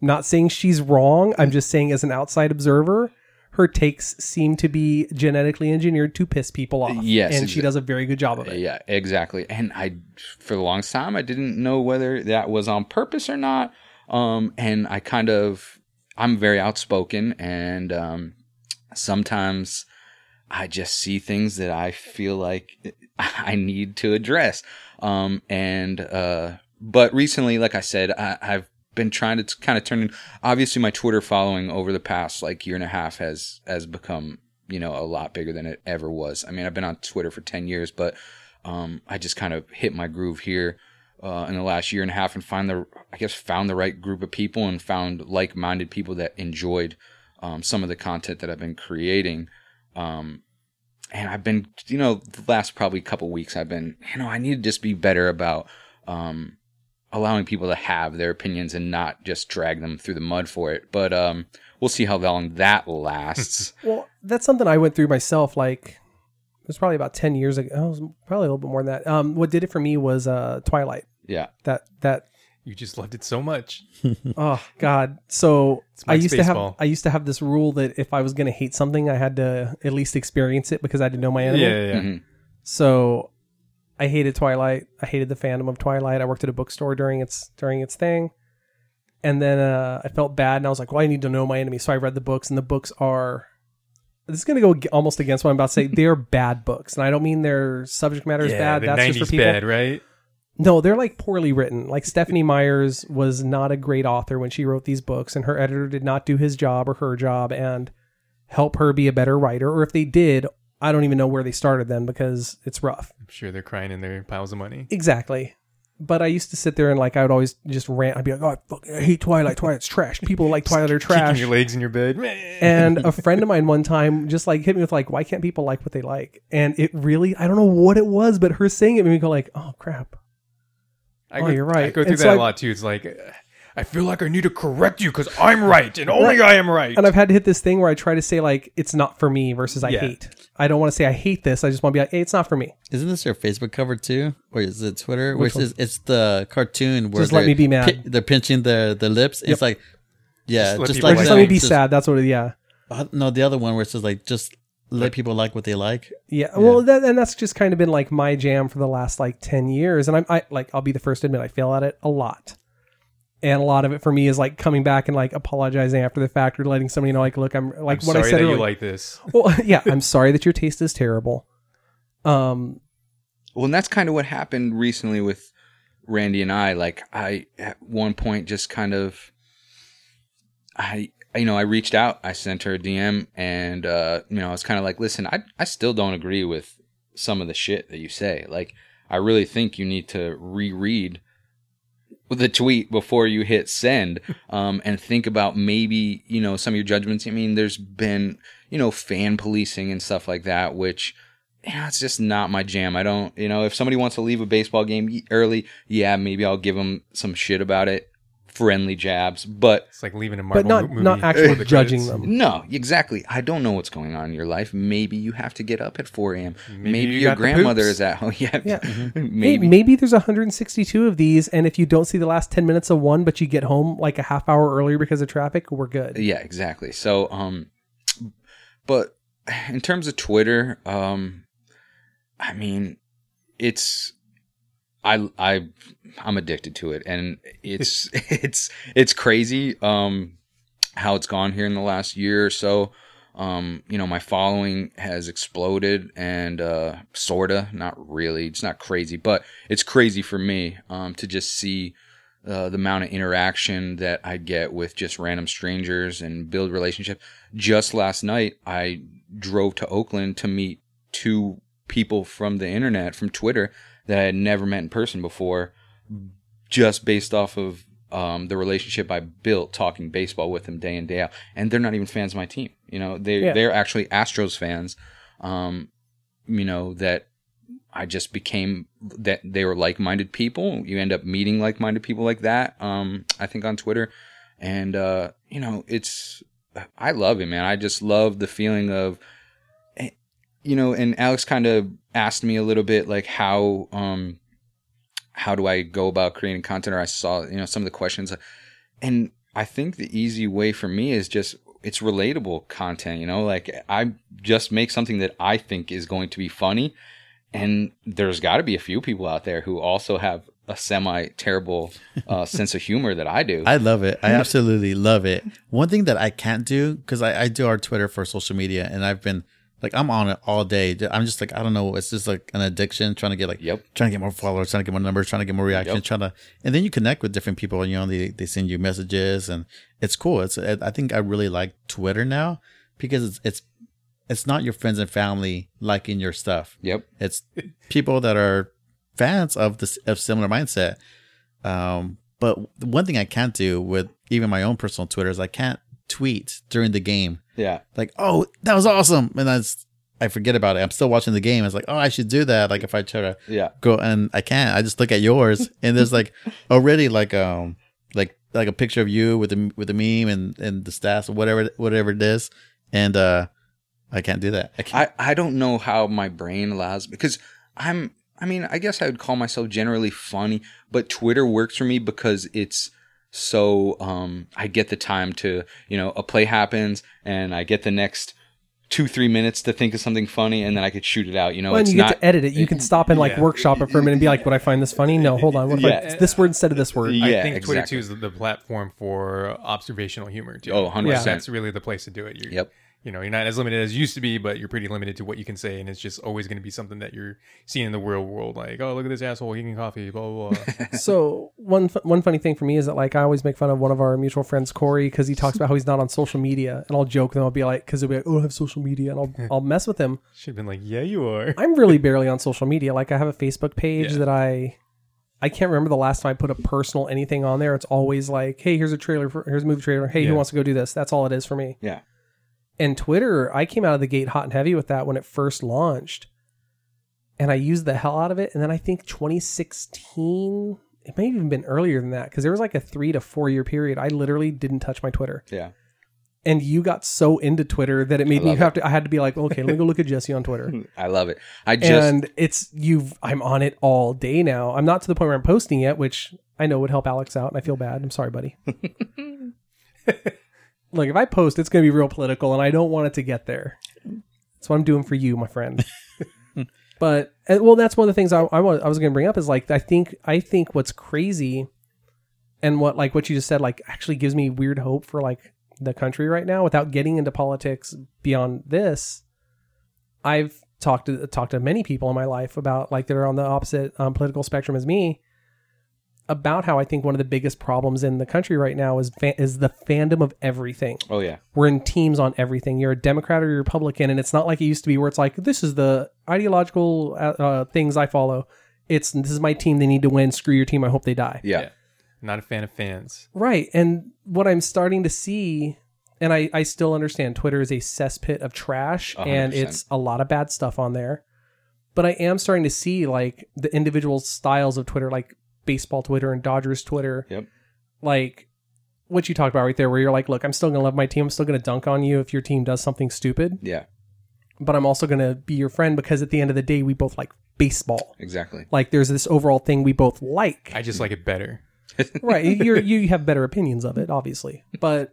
S3: Not saying she's wrong. I'm just saying, as an outside observer, her takes seem to be genetically engineered to piss people off.
S2: Yes,
S3: and she
S2: exact-
S3: does a very good job of it.
S2: Yeah, exactly. And I, for the longest time, I didn't know whether that was on purpose or not. Um, and I kind of, I'm very outspoken, and um, sometimes I just see things that I feel like (laughs) I need to address. Um, and uh, but recently, like I said, I, I've been trying to kind of turn. in- Obviously, my Twitter following over the past like year and a half has has become you know a lot bigger than it ever was. I mean, I've been on Twitter for ten years, but um, I just kind of hit my groove here uh, in the last year and a half, and find the I guess found the right group of people and found like minded people that enjoyed um, some of the content that I've been creating. Um, and I've been, you know, the last probably couple weeks, I've been, you know, I need to just be better about um, allowing people to have their opinions and not just drag them through the mud for it. But um, we'll see how long that lasts.
S3: Well, that's something I went through myself. Like it was probably about ten years ago. oh, It was probably a little bit more than that. Um, what did it for me was uh, Twilight.
S2: yeah.
S3: That that
S4: You just loved it so much.
S3: oh god. So
S4: It's
S3: I
S4: Mike's
S3: used to have
S4: baseball.
S3: I used to have this rule that if I was going to hate something, I had to at least experience it because I didn't know my
S4: Yeah,
S3: enemy.
S4: yeah, yeah.
S2: Mhm.
S3: So I hated Twilight. I hated the fandom of Twilight. I worked at a bookstore during its during its thing. And then uh, I felt bad and I was like, well, I need to know my enemy. So I read the books and the books are this is going to go ag- almost against what I'm about to say.
S4: (laughs)
S3: They're bad books. And I don't mean their subject matter is
S4: Yeah,
S3: bad.
S4: the
S3: That's
S4: 90s
S3: just for people.
S4: bad, right?
S3: No, they're like poorly written. Like
S4: (laughs)
S3: Stephanie Myers was not a great author when she wrote these books, and her editor did not do his job or her job and help her be a better writer. Or if they did, I don't even know where they started then because it's rough.
S4: I'm sure they're crying in their piles of money.
S3: Exactly. But I used to sit there and like I would always just rant. I'd be like, "Oh, I fucking I hate Twilight. Twilight's trash. People who like Twilight are
S4: Kicking
S3: trash."
S4: your legs in your bed. Meh.
S3: and
S4: (laughs)
S3: a friend of mine one time just like hit me with like, "Why can't people like what they like?" And it really, I don't know what it was, but her saying it made me go like, "Oh crap."
S4: I
S3: Oh,
S4: go,
S3: you're right.
S4: I go
S3: And
S4: through that
S3: so
S4: a
S3: I-
S4: lot too. It's like uh, I feel like I need to correct you because I'm right and only I am right.
S3: And I've had to hit this thing where I try to say like, "It's not for me" versus "I
S4: Yeah.
S3: hate." I don't want to say I hate this. I just want to be like, "Hey, it's not for me."
S5: Isn't this your Facebook cover too, or is it Twitter?
S3: Which
S5: Which, is it's the cartoon where
S3: Just let
S5: they're
S3: me be mad.
S5: pi- they're pinching their the lips. It's like yeah,
S4: Just let
S5: just,
S3: Or
S4: people
S5: like
S4: like
S3: just
S5: that.
S3: let me be
S5: Just-
S3: sad. That's what it. Yeah.
S5: uh, no, the other one where it says like just let people like what they like.
S3: Yeah, well, that, and that's just kind of been like my jam for the last like ten years, and I'm I like I'll be the first to admit I fail at it a lot, and a lot of it for me is like coming back and like apologizing after the fact or letting somebody know like, look, I'm like
S4: I'm
S3: what
S4: sorry
S3: I said.
S4: that
S3: earlier.
S4: you like this.
S3: well, (laughs) yeah, I'm sorry that your taste is terrible. Um,
S2: Well, and that's kind of what happened recently with Randy and I. Like, I at one point just kind of, I you know, I reached out, I sent her a DM, and uh, you know, I was kind of like, listen, I I still don't agree with some of the shit that you say. Like, I really think you need to reread the tweet before you hit send um, and think about maybe you know some of your judgments i mean there's been you know fan policing and stuff like that which you know, it's just not my jam. I don't, you know, if somebody wants to leave a baseball game y- early, yeah, maybe I'll give them some shit about it. friendly jabs, but
S4: It's like leaving a Marvel
S3: but not
S4: movie.
S3: not
S4: before
S3: actually
S4: the
S3: judging
S4: credits.
S3: them.
S2: no, exactly. I don't know what's going on in your life. Maybe you have to get up at 4 a.m. Maybe,
S4: Maybe you
S2: your
S4: got the
S2: grandmother is
S4: poops. Mm-hmm.
S2: at home. (laughs) Yeah,
S3: Yeah. Maybe.
S2: maybe.
S3: Hey, maybe there's 162 of these, and if you don't see the last 10 minutes of one, but you get home like a half hour earlier because of traffic, we're good.
S2: Yeah, exactly. So, um, but in terms of Twitter, um, I mean, it's I I I'm addicted to it, and it's it's it's crazy um how it's gone here in the last year or so. Um, you know, my following has exploded, and uh, sorta, not really. It's not crazy, but it's crazy for me um to just see uh, the amount of interaction that I get with just random strangers and build relationships. Just last night, I drove to Oakland to meet two people from the internet, from Twitter, that I had never met in person before, just based off of um, the relationship I built talking baseball with them day in day out. And they're not even fans of my team. You know, they
S3: Yeah.
S2: they're actually Astros fans. Um, you know that I just became that they were like-minded people. You end up meeting like-minded people like that. Um, I think on Twitter, and uh, you know, it's I love it, man. I just love the feeling of, eh, you know. And Alex kind of asked me a little bit like how um, how do I go about creating content? Or I saw you know some of the questions, and I think the easy way for me is just it's relatable content. You know, like I just make something that I think is going to be funny and there's got to be a few people out there who also have a semi terrible uh, (laughs) sense of humor that I do.
S5: I love it. I absolutely love it. One thing that I can't do because I, I do our Twitter for social media, and I've been like I'm on it all day. I'm just like I don't know. It's just like an addiction, trying to get like
S2: Yep.
S5: trying to get more followers, trying to get more numbers, trying to get more reactions,
S2: Yep.
S5: trying to, and then you connect with different people, and you know they they send you messages, and it's cool. It's I I think I really like Twitter now because it's it's it's not your friends and family liking your stuff.
S2: yep.
S5: It's people that are fans of this of similar mindset. Um, but one thing I can't do with even my own personal Twitter is I can't tweet during the game.
S2: Yeah.
S5: Like, oh, that was awesome, and that's I forget about it. I'm still watching the game. It's like, oh, I should do that. Like if I try to
S2: Yeah.
S5: go and I can't. I just look at yours, and there's like (laughs) already like um like like a picture of you with the with the meme and and the stats or whatever whatever it is, and uh I can't do that. I can't.
S2: I, I don't know how my brain allows because I'm I mean I guess I would call myself generally funny, but Twitter works for me because it's so um I get the time to you know a play happens and I get the next two three minutes to think of something funny and then I could shoot it out. You know,
S3: When
S2: it's
S3: you
S2: not
S3: get to edit it, you can stop and like workshop it for a minute and be like, "Would I find this funny?" No, hold on. What if I-
S2: Yeah.
S3: it's (laughs) this word instead of this word?
S2: Yeah.
S4: I think Twitter
S2: exactly.
S4: too is the platform for observational humor too.
S2: Oh, 100
S3: Yeah.
S2: percent.
S4: That's really the place to do it. You're,
S2: Yep.
S4: You know, you're not as limited as you used to be, but you're pretty limited to what you can say, and it's just always going to be something that you're seeing in the real world. Like, oh, look at this asshole drinking coffee, blah blah. blah. (laughs)
S3: so one fu- one funny thing for me is that like I always make fun of one of our mutual friends Corey because he talks about how he's not on social media, and I'll joke and I'll be like, because he'll be like, "Oh, I don't have social media," and I'll I'll mess with him.
S4: Should have been like, yeah, you (laughs) are.
S3: I'm really barely on social media. Like I have a Facebook page
S4: Yeah.
S3: that I I can't remember the last time I put a personal anything on there. It's always like, hey, here's a trailer for here's a movie trailer. Hey, who
S4: Yeah.
S3: wants to go do this? That's all it is for me.
S2: Yeah.
S3: And Twitter, I came out of the gate hot and heavy with that when it first launched. And I used the hell out of it. And then I think 2016, it may have even been earlier than that, because there was like a three to four year period. I literally didn't touch my Twitter.
S2: Yeah.
S3: And you got so into Twitter that it made me
S2: love
S3: have to I had to be like, okay, let me go look at Jesse on Twitter
S2: I love it. I just
S3: and it's you've I'm on it all day now. I'm not to the point where I'm posting yet, which I know would help Alex out, and I feel bad. I'm sorry, buddy. Look, if I post, it's going to be real political, and I don't want it to get there. That's what I'm doing for you, my friend. but and, well, that's one of the things I, I, wa- I was going to bring up is like I think I think what's crazy, and what like what you just said like actually gives me weird hope for like the country right now without getting into politics beyond this. I've talked to talked to many people in my life about like that are on the opposite um, political spectrum as me about how I think one of the biggest problems in the country right now is fa- is the fandom of everything.
S2: oh yeah.
S3: We're in teams on everything. You're a Democrat or you're Republican, and it's not like it used to be where it's like this is the ideological uh, uh, things I follow. It's this is my team. They need to win. Screw your team. I hope they die.
S2: Yeah.
S4: Yeah. Not a fan of fans.
S3: Right. And what I'm starting to see, and I, I still understand Twitter is a cesspit of trash
S2: A hundred
S3: and
S2: percent.
S3: it's a lot of bad stuff on there. But I am starting to see like the individual styles of Twitter, like baseball Twitter and Dodgers Twitter.
S2: Yep.
S3: Like what you talked about right there, where you're like, look, I'm still gonna love my team. I'm still gonna dunk on you if your team does something stupid,
S2: Yeah,
S3: but I'm also gonna be your friend because at the end of the day, we both like baseball.
S2: exactly.
S3: Like there's this overall thing we both like.
S4: I just like it better.
S3: right
S4: (laughs)
S3: you you have better opinions of it obviously but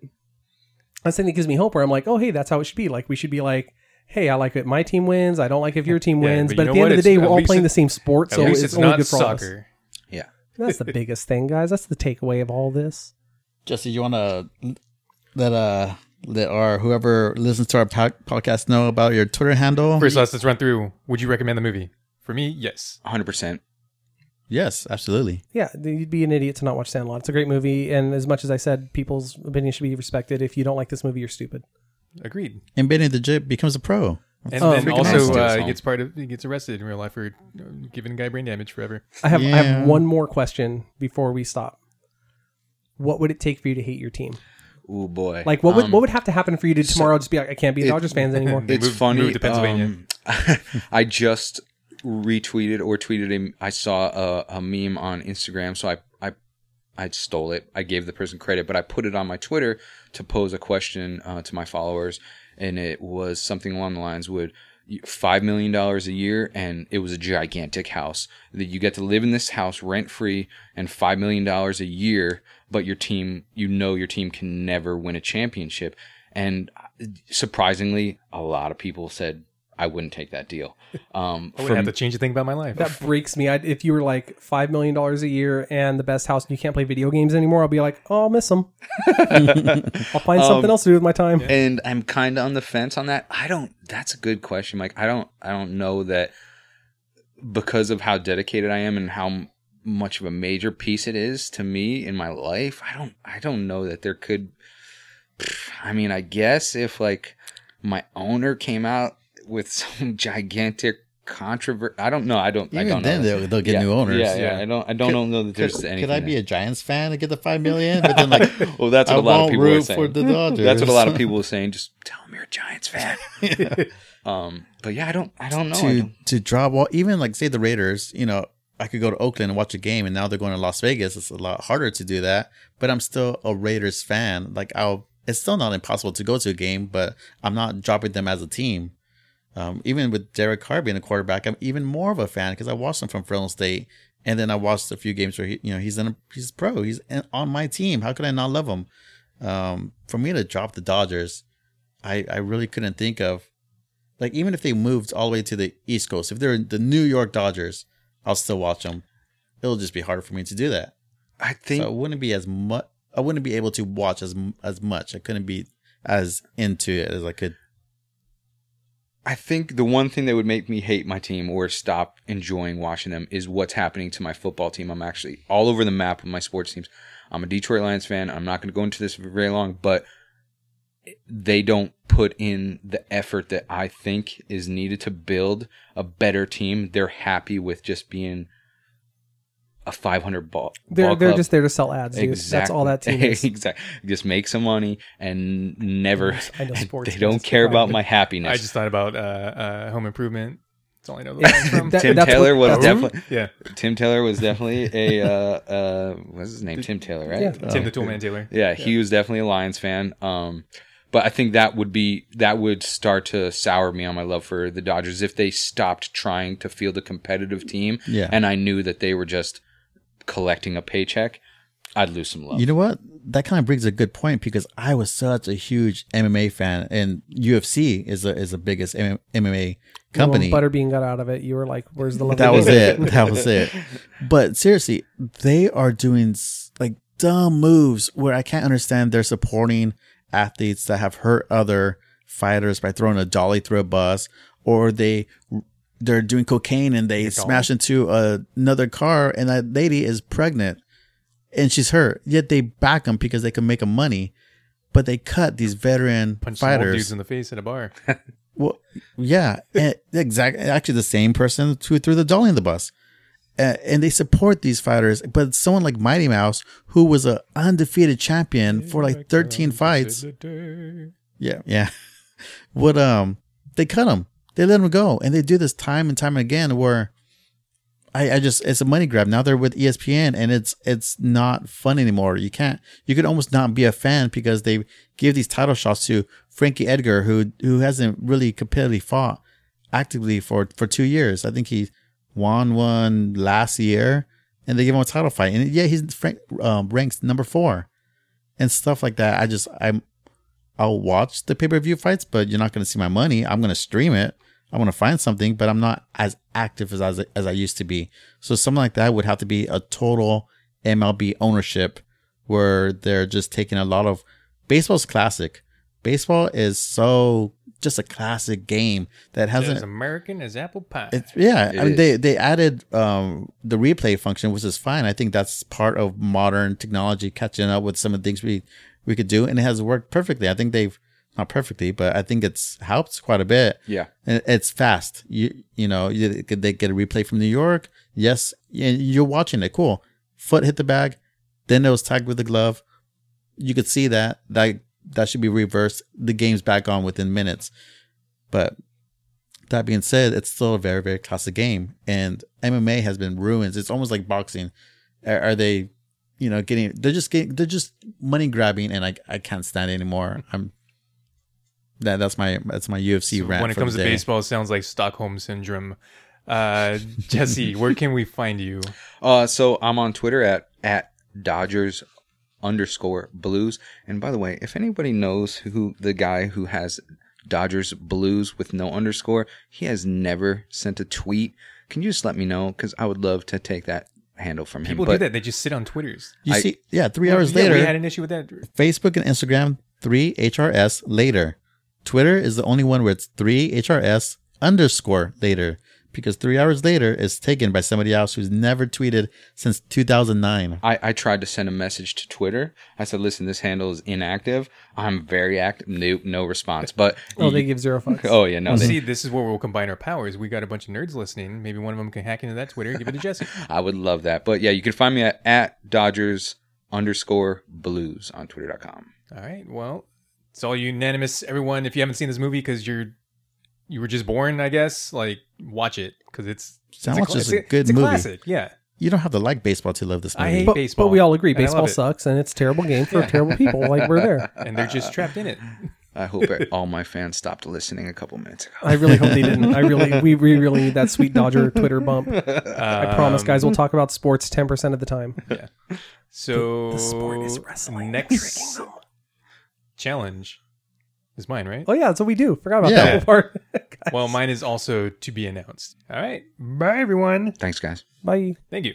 S3: that's the thing that gives me hope where i'm like oh hey that's how it should be like we should be like hey i like it my team wins i don't like if your team
S4: Yeah,
S3: wins
S4: but
S3: but,
S4: you know
S3: at the end
S4: what?
S3: of the day
S4: It's-
S3: we're
S4: at
S3: all
S4: least
S3: playing
S4: it-
S3: the same sport
S4: At
S3: so
S4: least
S3: it's,
S4: it's,
S3: only
S4: not
S3: good for us
S4: soccer.
S2: Yeah.
S3: that's
S4: (laughs)
S3: the biggest thing guys that's the takeaway of all this
S5: Jesse, you want to let uh let our whoever listens to our po- podcast know about your Twitter handle?
S4: First, let's, let's run through. Would you recommend the movie? For me, yes.
S2: 100%.
S5: yes, absolutely.
S3: yeah you'd be an idiot to not watch sandlot it's a great movie and as much as i said people's opinions should be respected if you don't like this movie you're stupid
S4: Agreed.
S5: And Benny the Jip becomes a pro.
S4: And
S3: Oh,
S4: then
S3: freaking
S4: also
S2: awesome.
S4: uh, he gets part of he gets arrested in real life for uh, giving a guy brain damage forever.
S3: i have i
S5: Yeah.
S3: have one more question before we stop what would it take for you to hate your team
S2: Oh boy.
S3: Like what would
S2: Um,
S3: what would have to happen for you to tomorrow just be like I can't be a
S2: (laughs) it-
S3: Dodgers fans anymore?
S4: They
S2: it's
S4: moved-
S2: funny.
S4: moved to Pennsylvania.
S2: um, (laughs) I just retweeted or tweeted a. I saw a, a meme on Instagram, so I, I I stole it. I gave the person credit, but I put it on my Twitter to pose a question uh, to my followers, and it was something along the lines: Would you- five million dollars a year, and it was a gigantic house that you get to live in this house rent free, and five million dollars a year, but your team, you know, your team can never win a championship. And uh, surprisingly, a lot of people said I wouldn't take that deal. (laughs) Um,
S4: I would
S2: from-
S4: have to change a thing about my life.
S3: That breaks me. I, if you were like five million dollars a year and the best house and you can't play video games anymore, I'll be like, oh, I'll
S2: (laughs)
S3: miss them. I'll find
S2: Um,
S3: something else to do with my time.
S2: and I'm kind of on the fence on that. I don't. That's a good question, Mike. I don't. I don't know that because of how dedicated I am and how m- much of a major piece it is to me in my life. I don't. I don't know that there could. I mean, I guess if like my owner came out with (laughs) some gigantic controversy, I don't know. I don't. I
S5: Even
S2: don't
S5: then,
S2: know.
S5: they'll, they'll get
S2: Yeah,
S5: new owners.
S2: Yeah, yeah, I don't. I don't
S5: Could-
S2: know that there's
S5: could,
S2: anything.
S5: could I be
S2: there.
S5: a Giants fan to get the five million? But then, like,
S2: well, (laughs) that's
S5: I
S2: what a lot of
S5: won't
S2: people are
S5: root
S2: saying. (laughs)
S5: for the Dodgers.
S2: That's what a
S5: (laughs)
S2: lot of people are saying. Just tell them you're a Giants (laughs) fan. Um, but yeah, I don't, I don't know. I
S5: to
S2: don't-
S5: to drop off. Even like say the Raiders, you know, I could go to Oakland and watch a game, and now they're going to Las Vegas. It's a lot harder to do that, but I'm still a Raiders fan. Like I'll, it's still not impossible to go to a game, but I'm not dropping them as a team. Um, even with Derek Carr being a quarterback, I'm even more of a fan because I watched him from Fresno State, and then I watched a few games where he, you know, he's in a, he's pro, he's in, on my team. How could I not love him? Um, for me to drop the Dodgers, I I really couldn't think of like even if they moved all the way to the East Coast, if they're the New York Dodgers, I'll still watch them. It'll just be harder for me to do that.
S2: I think
S5: So I wouldn't be as much. I wouldn't be able to watch as m- as much. I couldn't be as into it as I could.
S2: I think the one thing that would make me hate my team or stop enjoying watching them is what's happening to my football team. I'm actually all over the map with my sports teams. I'm a Detroit Lions fan. I'm not going to go into this for very long, but they don't put in the effort that I think is needed to build a better team. They're happy with just being a 500 ball.
S3: They're
S2: ball
S3: they're
S2: club.
S3: just there to sell ads, dude. That's all
S2: (laughs)
S3: that team is.
S2: exactly. Just make some money and never.
S3: I
S2: (laughs)
S3: know sports
S2: they
S3: fans
S2: don't
S3: is the
S2: care about
S3: problem.
S2: my happiness.
S4: I just thought about uh, uh, Home Improvement. That's all I know.
S3: (laughs)
S4: The line from.
S3: That-
S2: Tim
S3: that's
S2: Taylor
S3: what-
S2: was
S3: that's-
S2: definitely
S4: yeah,
S2: Tim Taylor was definitely a uh, uh, what's his name? Tim Taylor, right?
S3: Oh, Yeah.
S4: Tim the Toolman Taylor.
S2: Yeah, he was definitely a Lions fan. Um, but I think that would be that would start to sour me on my love for the Dodgers if they stopped trying to field a competitive team.
S5: Yeah.
S2: and I knew that they were just collecting a paycheck. I'd lose some love.
S5: You know what? That kind of brings a good point because I was such a huge MMA fan, and UFC is a, is the biggest M- MMA
S3: Well, when
S5: company.
S3: Butterbean got out of it. You were like, "Where's the love?"
S5: (laughs) that was it. That was it. But seriously, they are doing s- like dumb moves where I can't understand. They're supporting athletes that have hurt other fighters by throwing a dolly through a bus, or they they're doing cocaine and they smash into a, another car, and that lady is pregnant and she's hurt. Yet they back them because they can make them money. But they cut these veteran
S4: Punch some old
S5: fighters.
S4: dudes in the face at a bar.
S5: Well, yeah, and exactly. Actually, the same person who threw the dolly in the bus, uh, and they support these fighters. But someone like Mighty Mouse, who was a undefeated champion for like thirteen fights, yeah, yeah, (laughs) would um, they cut him, they let him go, and they do this time and time again. Where I, I just it's a money grab. Now they're with E ESPN and it's it's not fun anymore. You can't you could almost not be a fan because they give these title shots to Frankie Edgar who who hasn't really competitively fought actively for for two years. I think he won one last year and they give him a title fight. And yeah, he's frank, um, ranks number four and stuff like that. I just I'm I'll watch the pay per view fights, but you're not going to see my money. I'm going to stream it. I'm going to find something, but I'm not as active as I, as I used to be. So something like that would have to be a total MLB ownership where they're just taking a lot of baseball's classic. Baseball is so just a classic game that
S4: As
S5: hasn't
S4: American as apple pie.
S5: it's yeah.
S2: It
S5: I mean,
S2: is.
S5: they they added um, the replay function, which is fine. I think that's part of modern technology catching up with some of the things we we could do, and it has worked perfectly. I think they've not perfectly, but I think it's helped quite a bit.
S2: Yeah.
S5: And it's fast. You you know you, they get a replay from New York. Yes, and you're watching it. Cool. Foot hit the bag, then it was tagged with the glove. You could see that that that should be reversed. The game's back on within minutes. But that being said, it's still a very very classic game, and MMA has been ruined. It's almost like boxing. Are, are they, you know, getting? They're just getting. They're just money grabbing, and I I can't stand it anymore. I'm. That, that's my that's my UFC rant.
S4: when it
S5: for the
S4: comes to
S5: day.
S4: baseball, it sounds like Stockholm syndrome. Uh, Jesse, where can we find
S3: (laughs)
S4: you?
S2: Uh, so I'm on Twitter at at Dodgers underscore Blues. And by the way, if anybody knows who the guy who has Dodgers Blues with no underscore, he has never sent a tweet. Can you just let me know? Because I would love to take that handle from him.
S4: People do
S2: But
S4: that; they just sit on Twitters.
S5: You
S2: I-
S5: see, yeah, three hours
S4: Yeah,
S5: later,
S4: we had an issue with that.
S5: Facebook and Instagram three HRS later. Twitter is the only one where it's three HRS underscore later because three hours later is taken by somebody else who's never tweeted since 2009.
S2: I, I tried to send a message to Twitter. I said, listen, this handle is inactive. I'm very active. Nope, no response. But
S3: Oh, they give zero
S2: (laughs)
S3: fucks.
S2: Oh, yeah, no.
S4: Well,
S2: They,
S4: see, this is where we'll combine our powers. We got a bunch of nerds listening. Maybe one of them can hack into that Twitter and give it to
S5: (laughs)
S4: Jesse.
S2: I would love that. But yeah, you can find me at, at Dodgers underscore blues on twitter.com.
S4: All right. Well, it's all unanimous, everyone. If you haven't seen this movie because you're you were just born, I guess, like watch it because it's
S5: Sound
S4: it's
S5: Watch is a
S4: it's
S5: good
S4: it's a
S5: movie.
S4: classic. Yeah,
S5: You don't have to like baseball to love this
S4: I
S5: movie.
S4: hate-
S3: but,
S4: baseball,
S3: but we all agree
S4: and I love
S3: baseball
S4: it.
S3: sucks and it's a terrible game
S2: (laughs)
S3: for terrible people. Like we're there.
S4: and they're just trapped in it.
S2: I hope all my fans stopped listening a couple minutes ago.
S3: I really hope they didn't. I really, we, we really need that sweet Dodger Twitter bump. I promise,
S4: Um,
S3: guys, we'll talk about sports ten percent of the time.
S4: So
S3: sport is wrestling.
S4: Next challenge is mine, right?
S3: Oh yeah, that's what we do. Forgot about
S5: Yeah.
S3: that (laughs) whole part. Guys,
S4: Well, mine is also to be announced. All right.
S6: Bye, everyone.
S2: Thanks, guys.
S3: Bye.
S4: Thank you.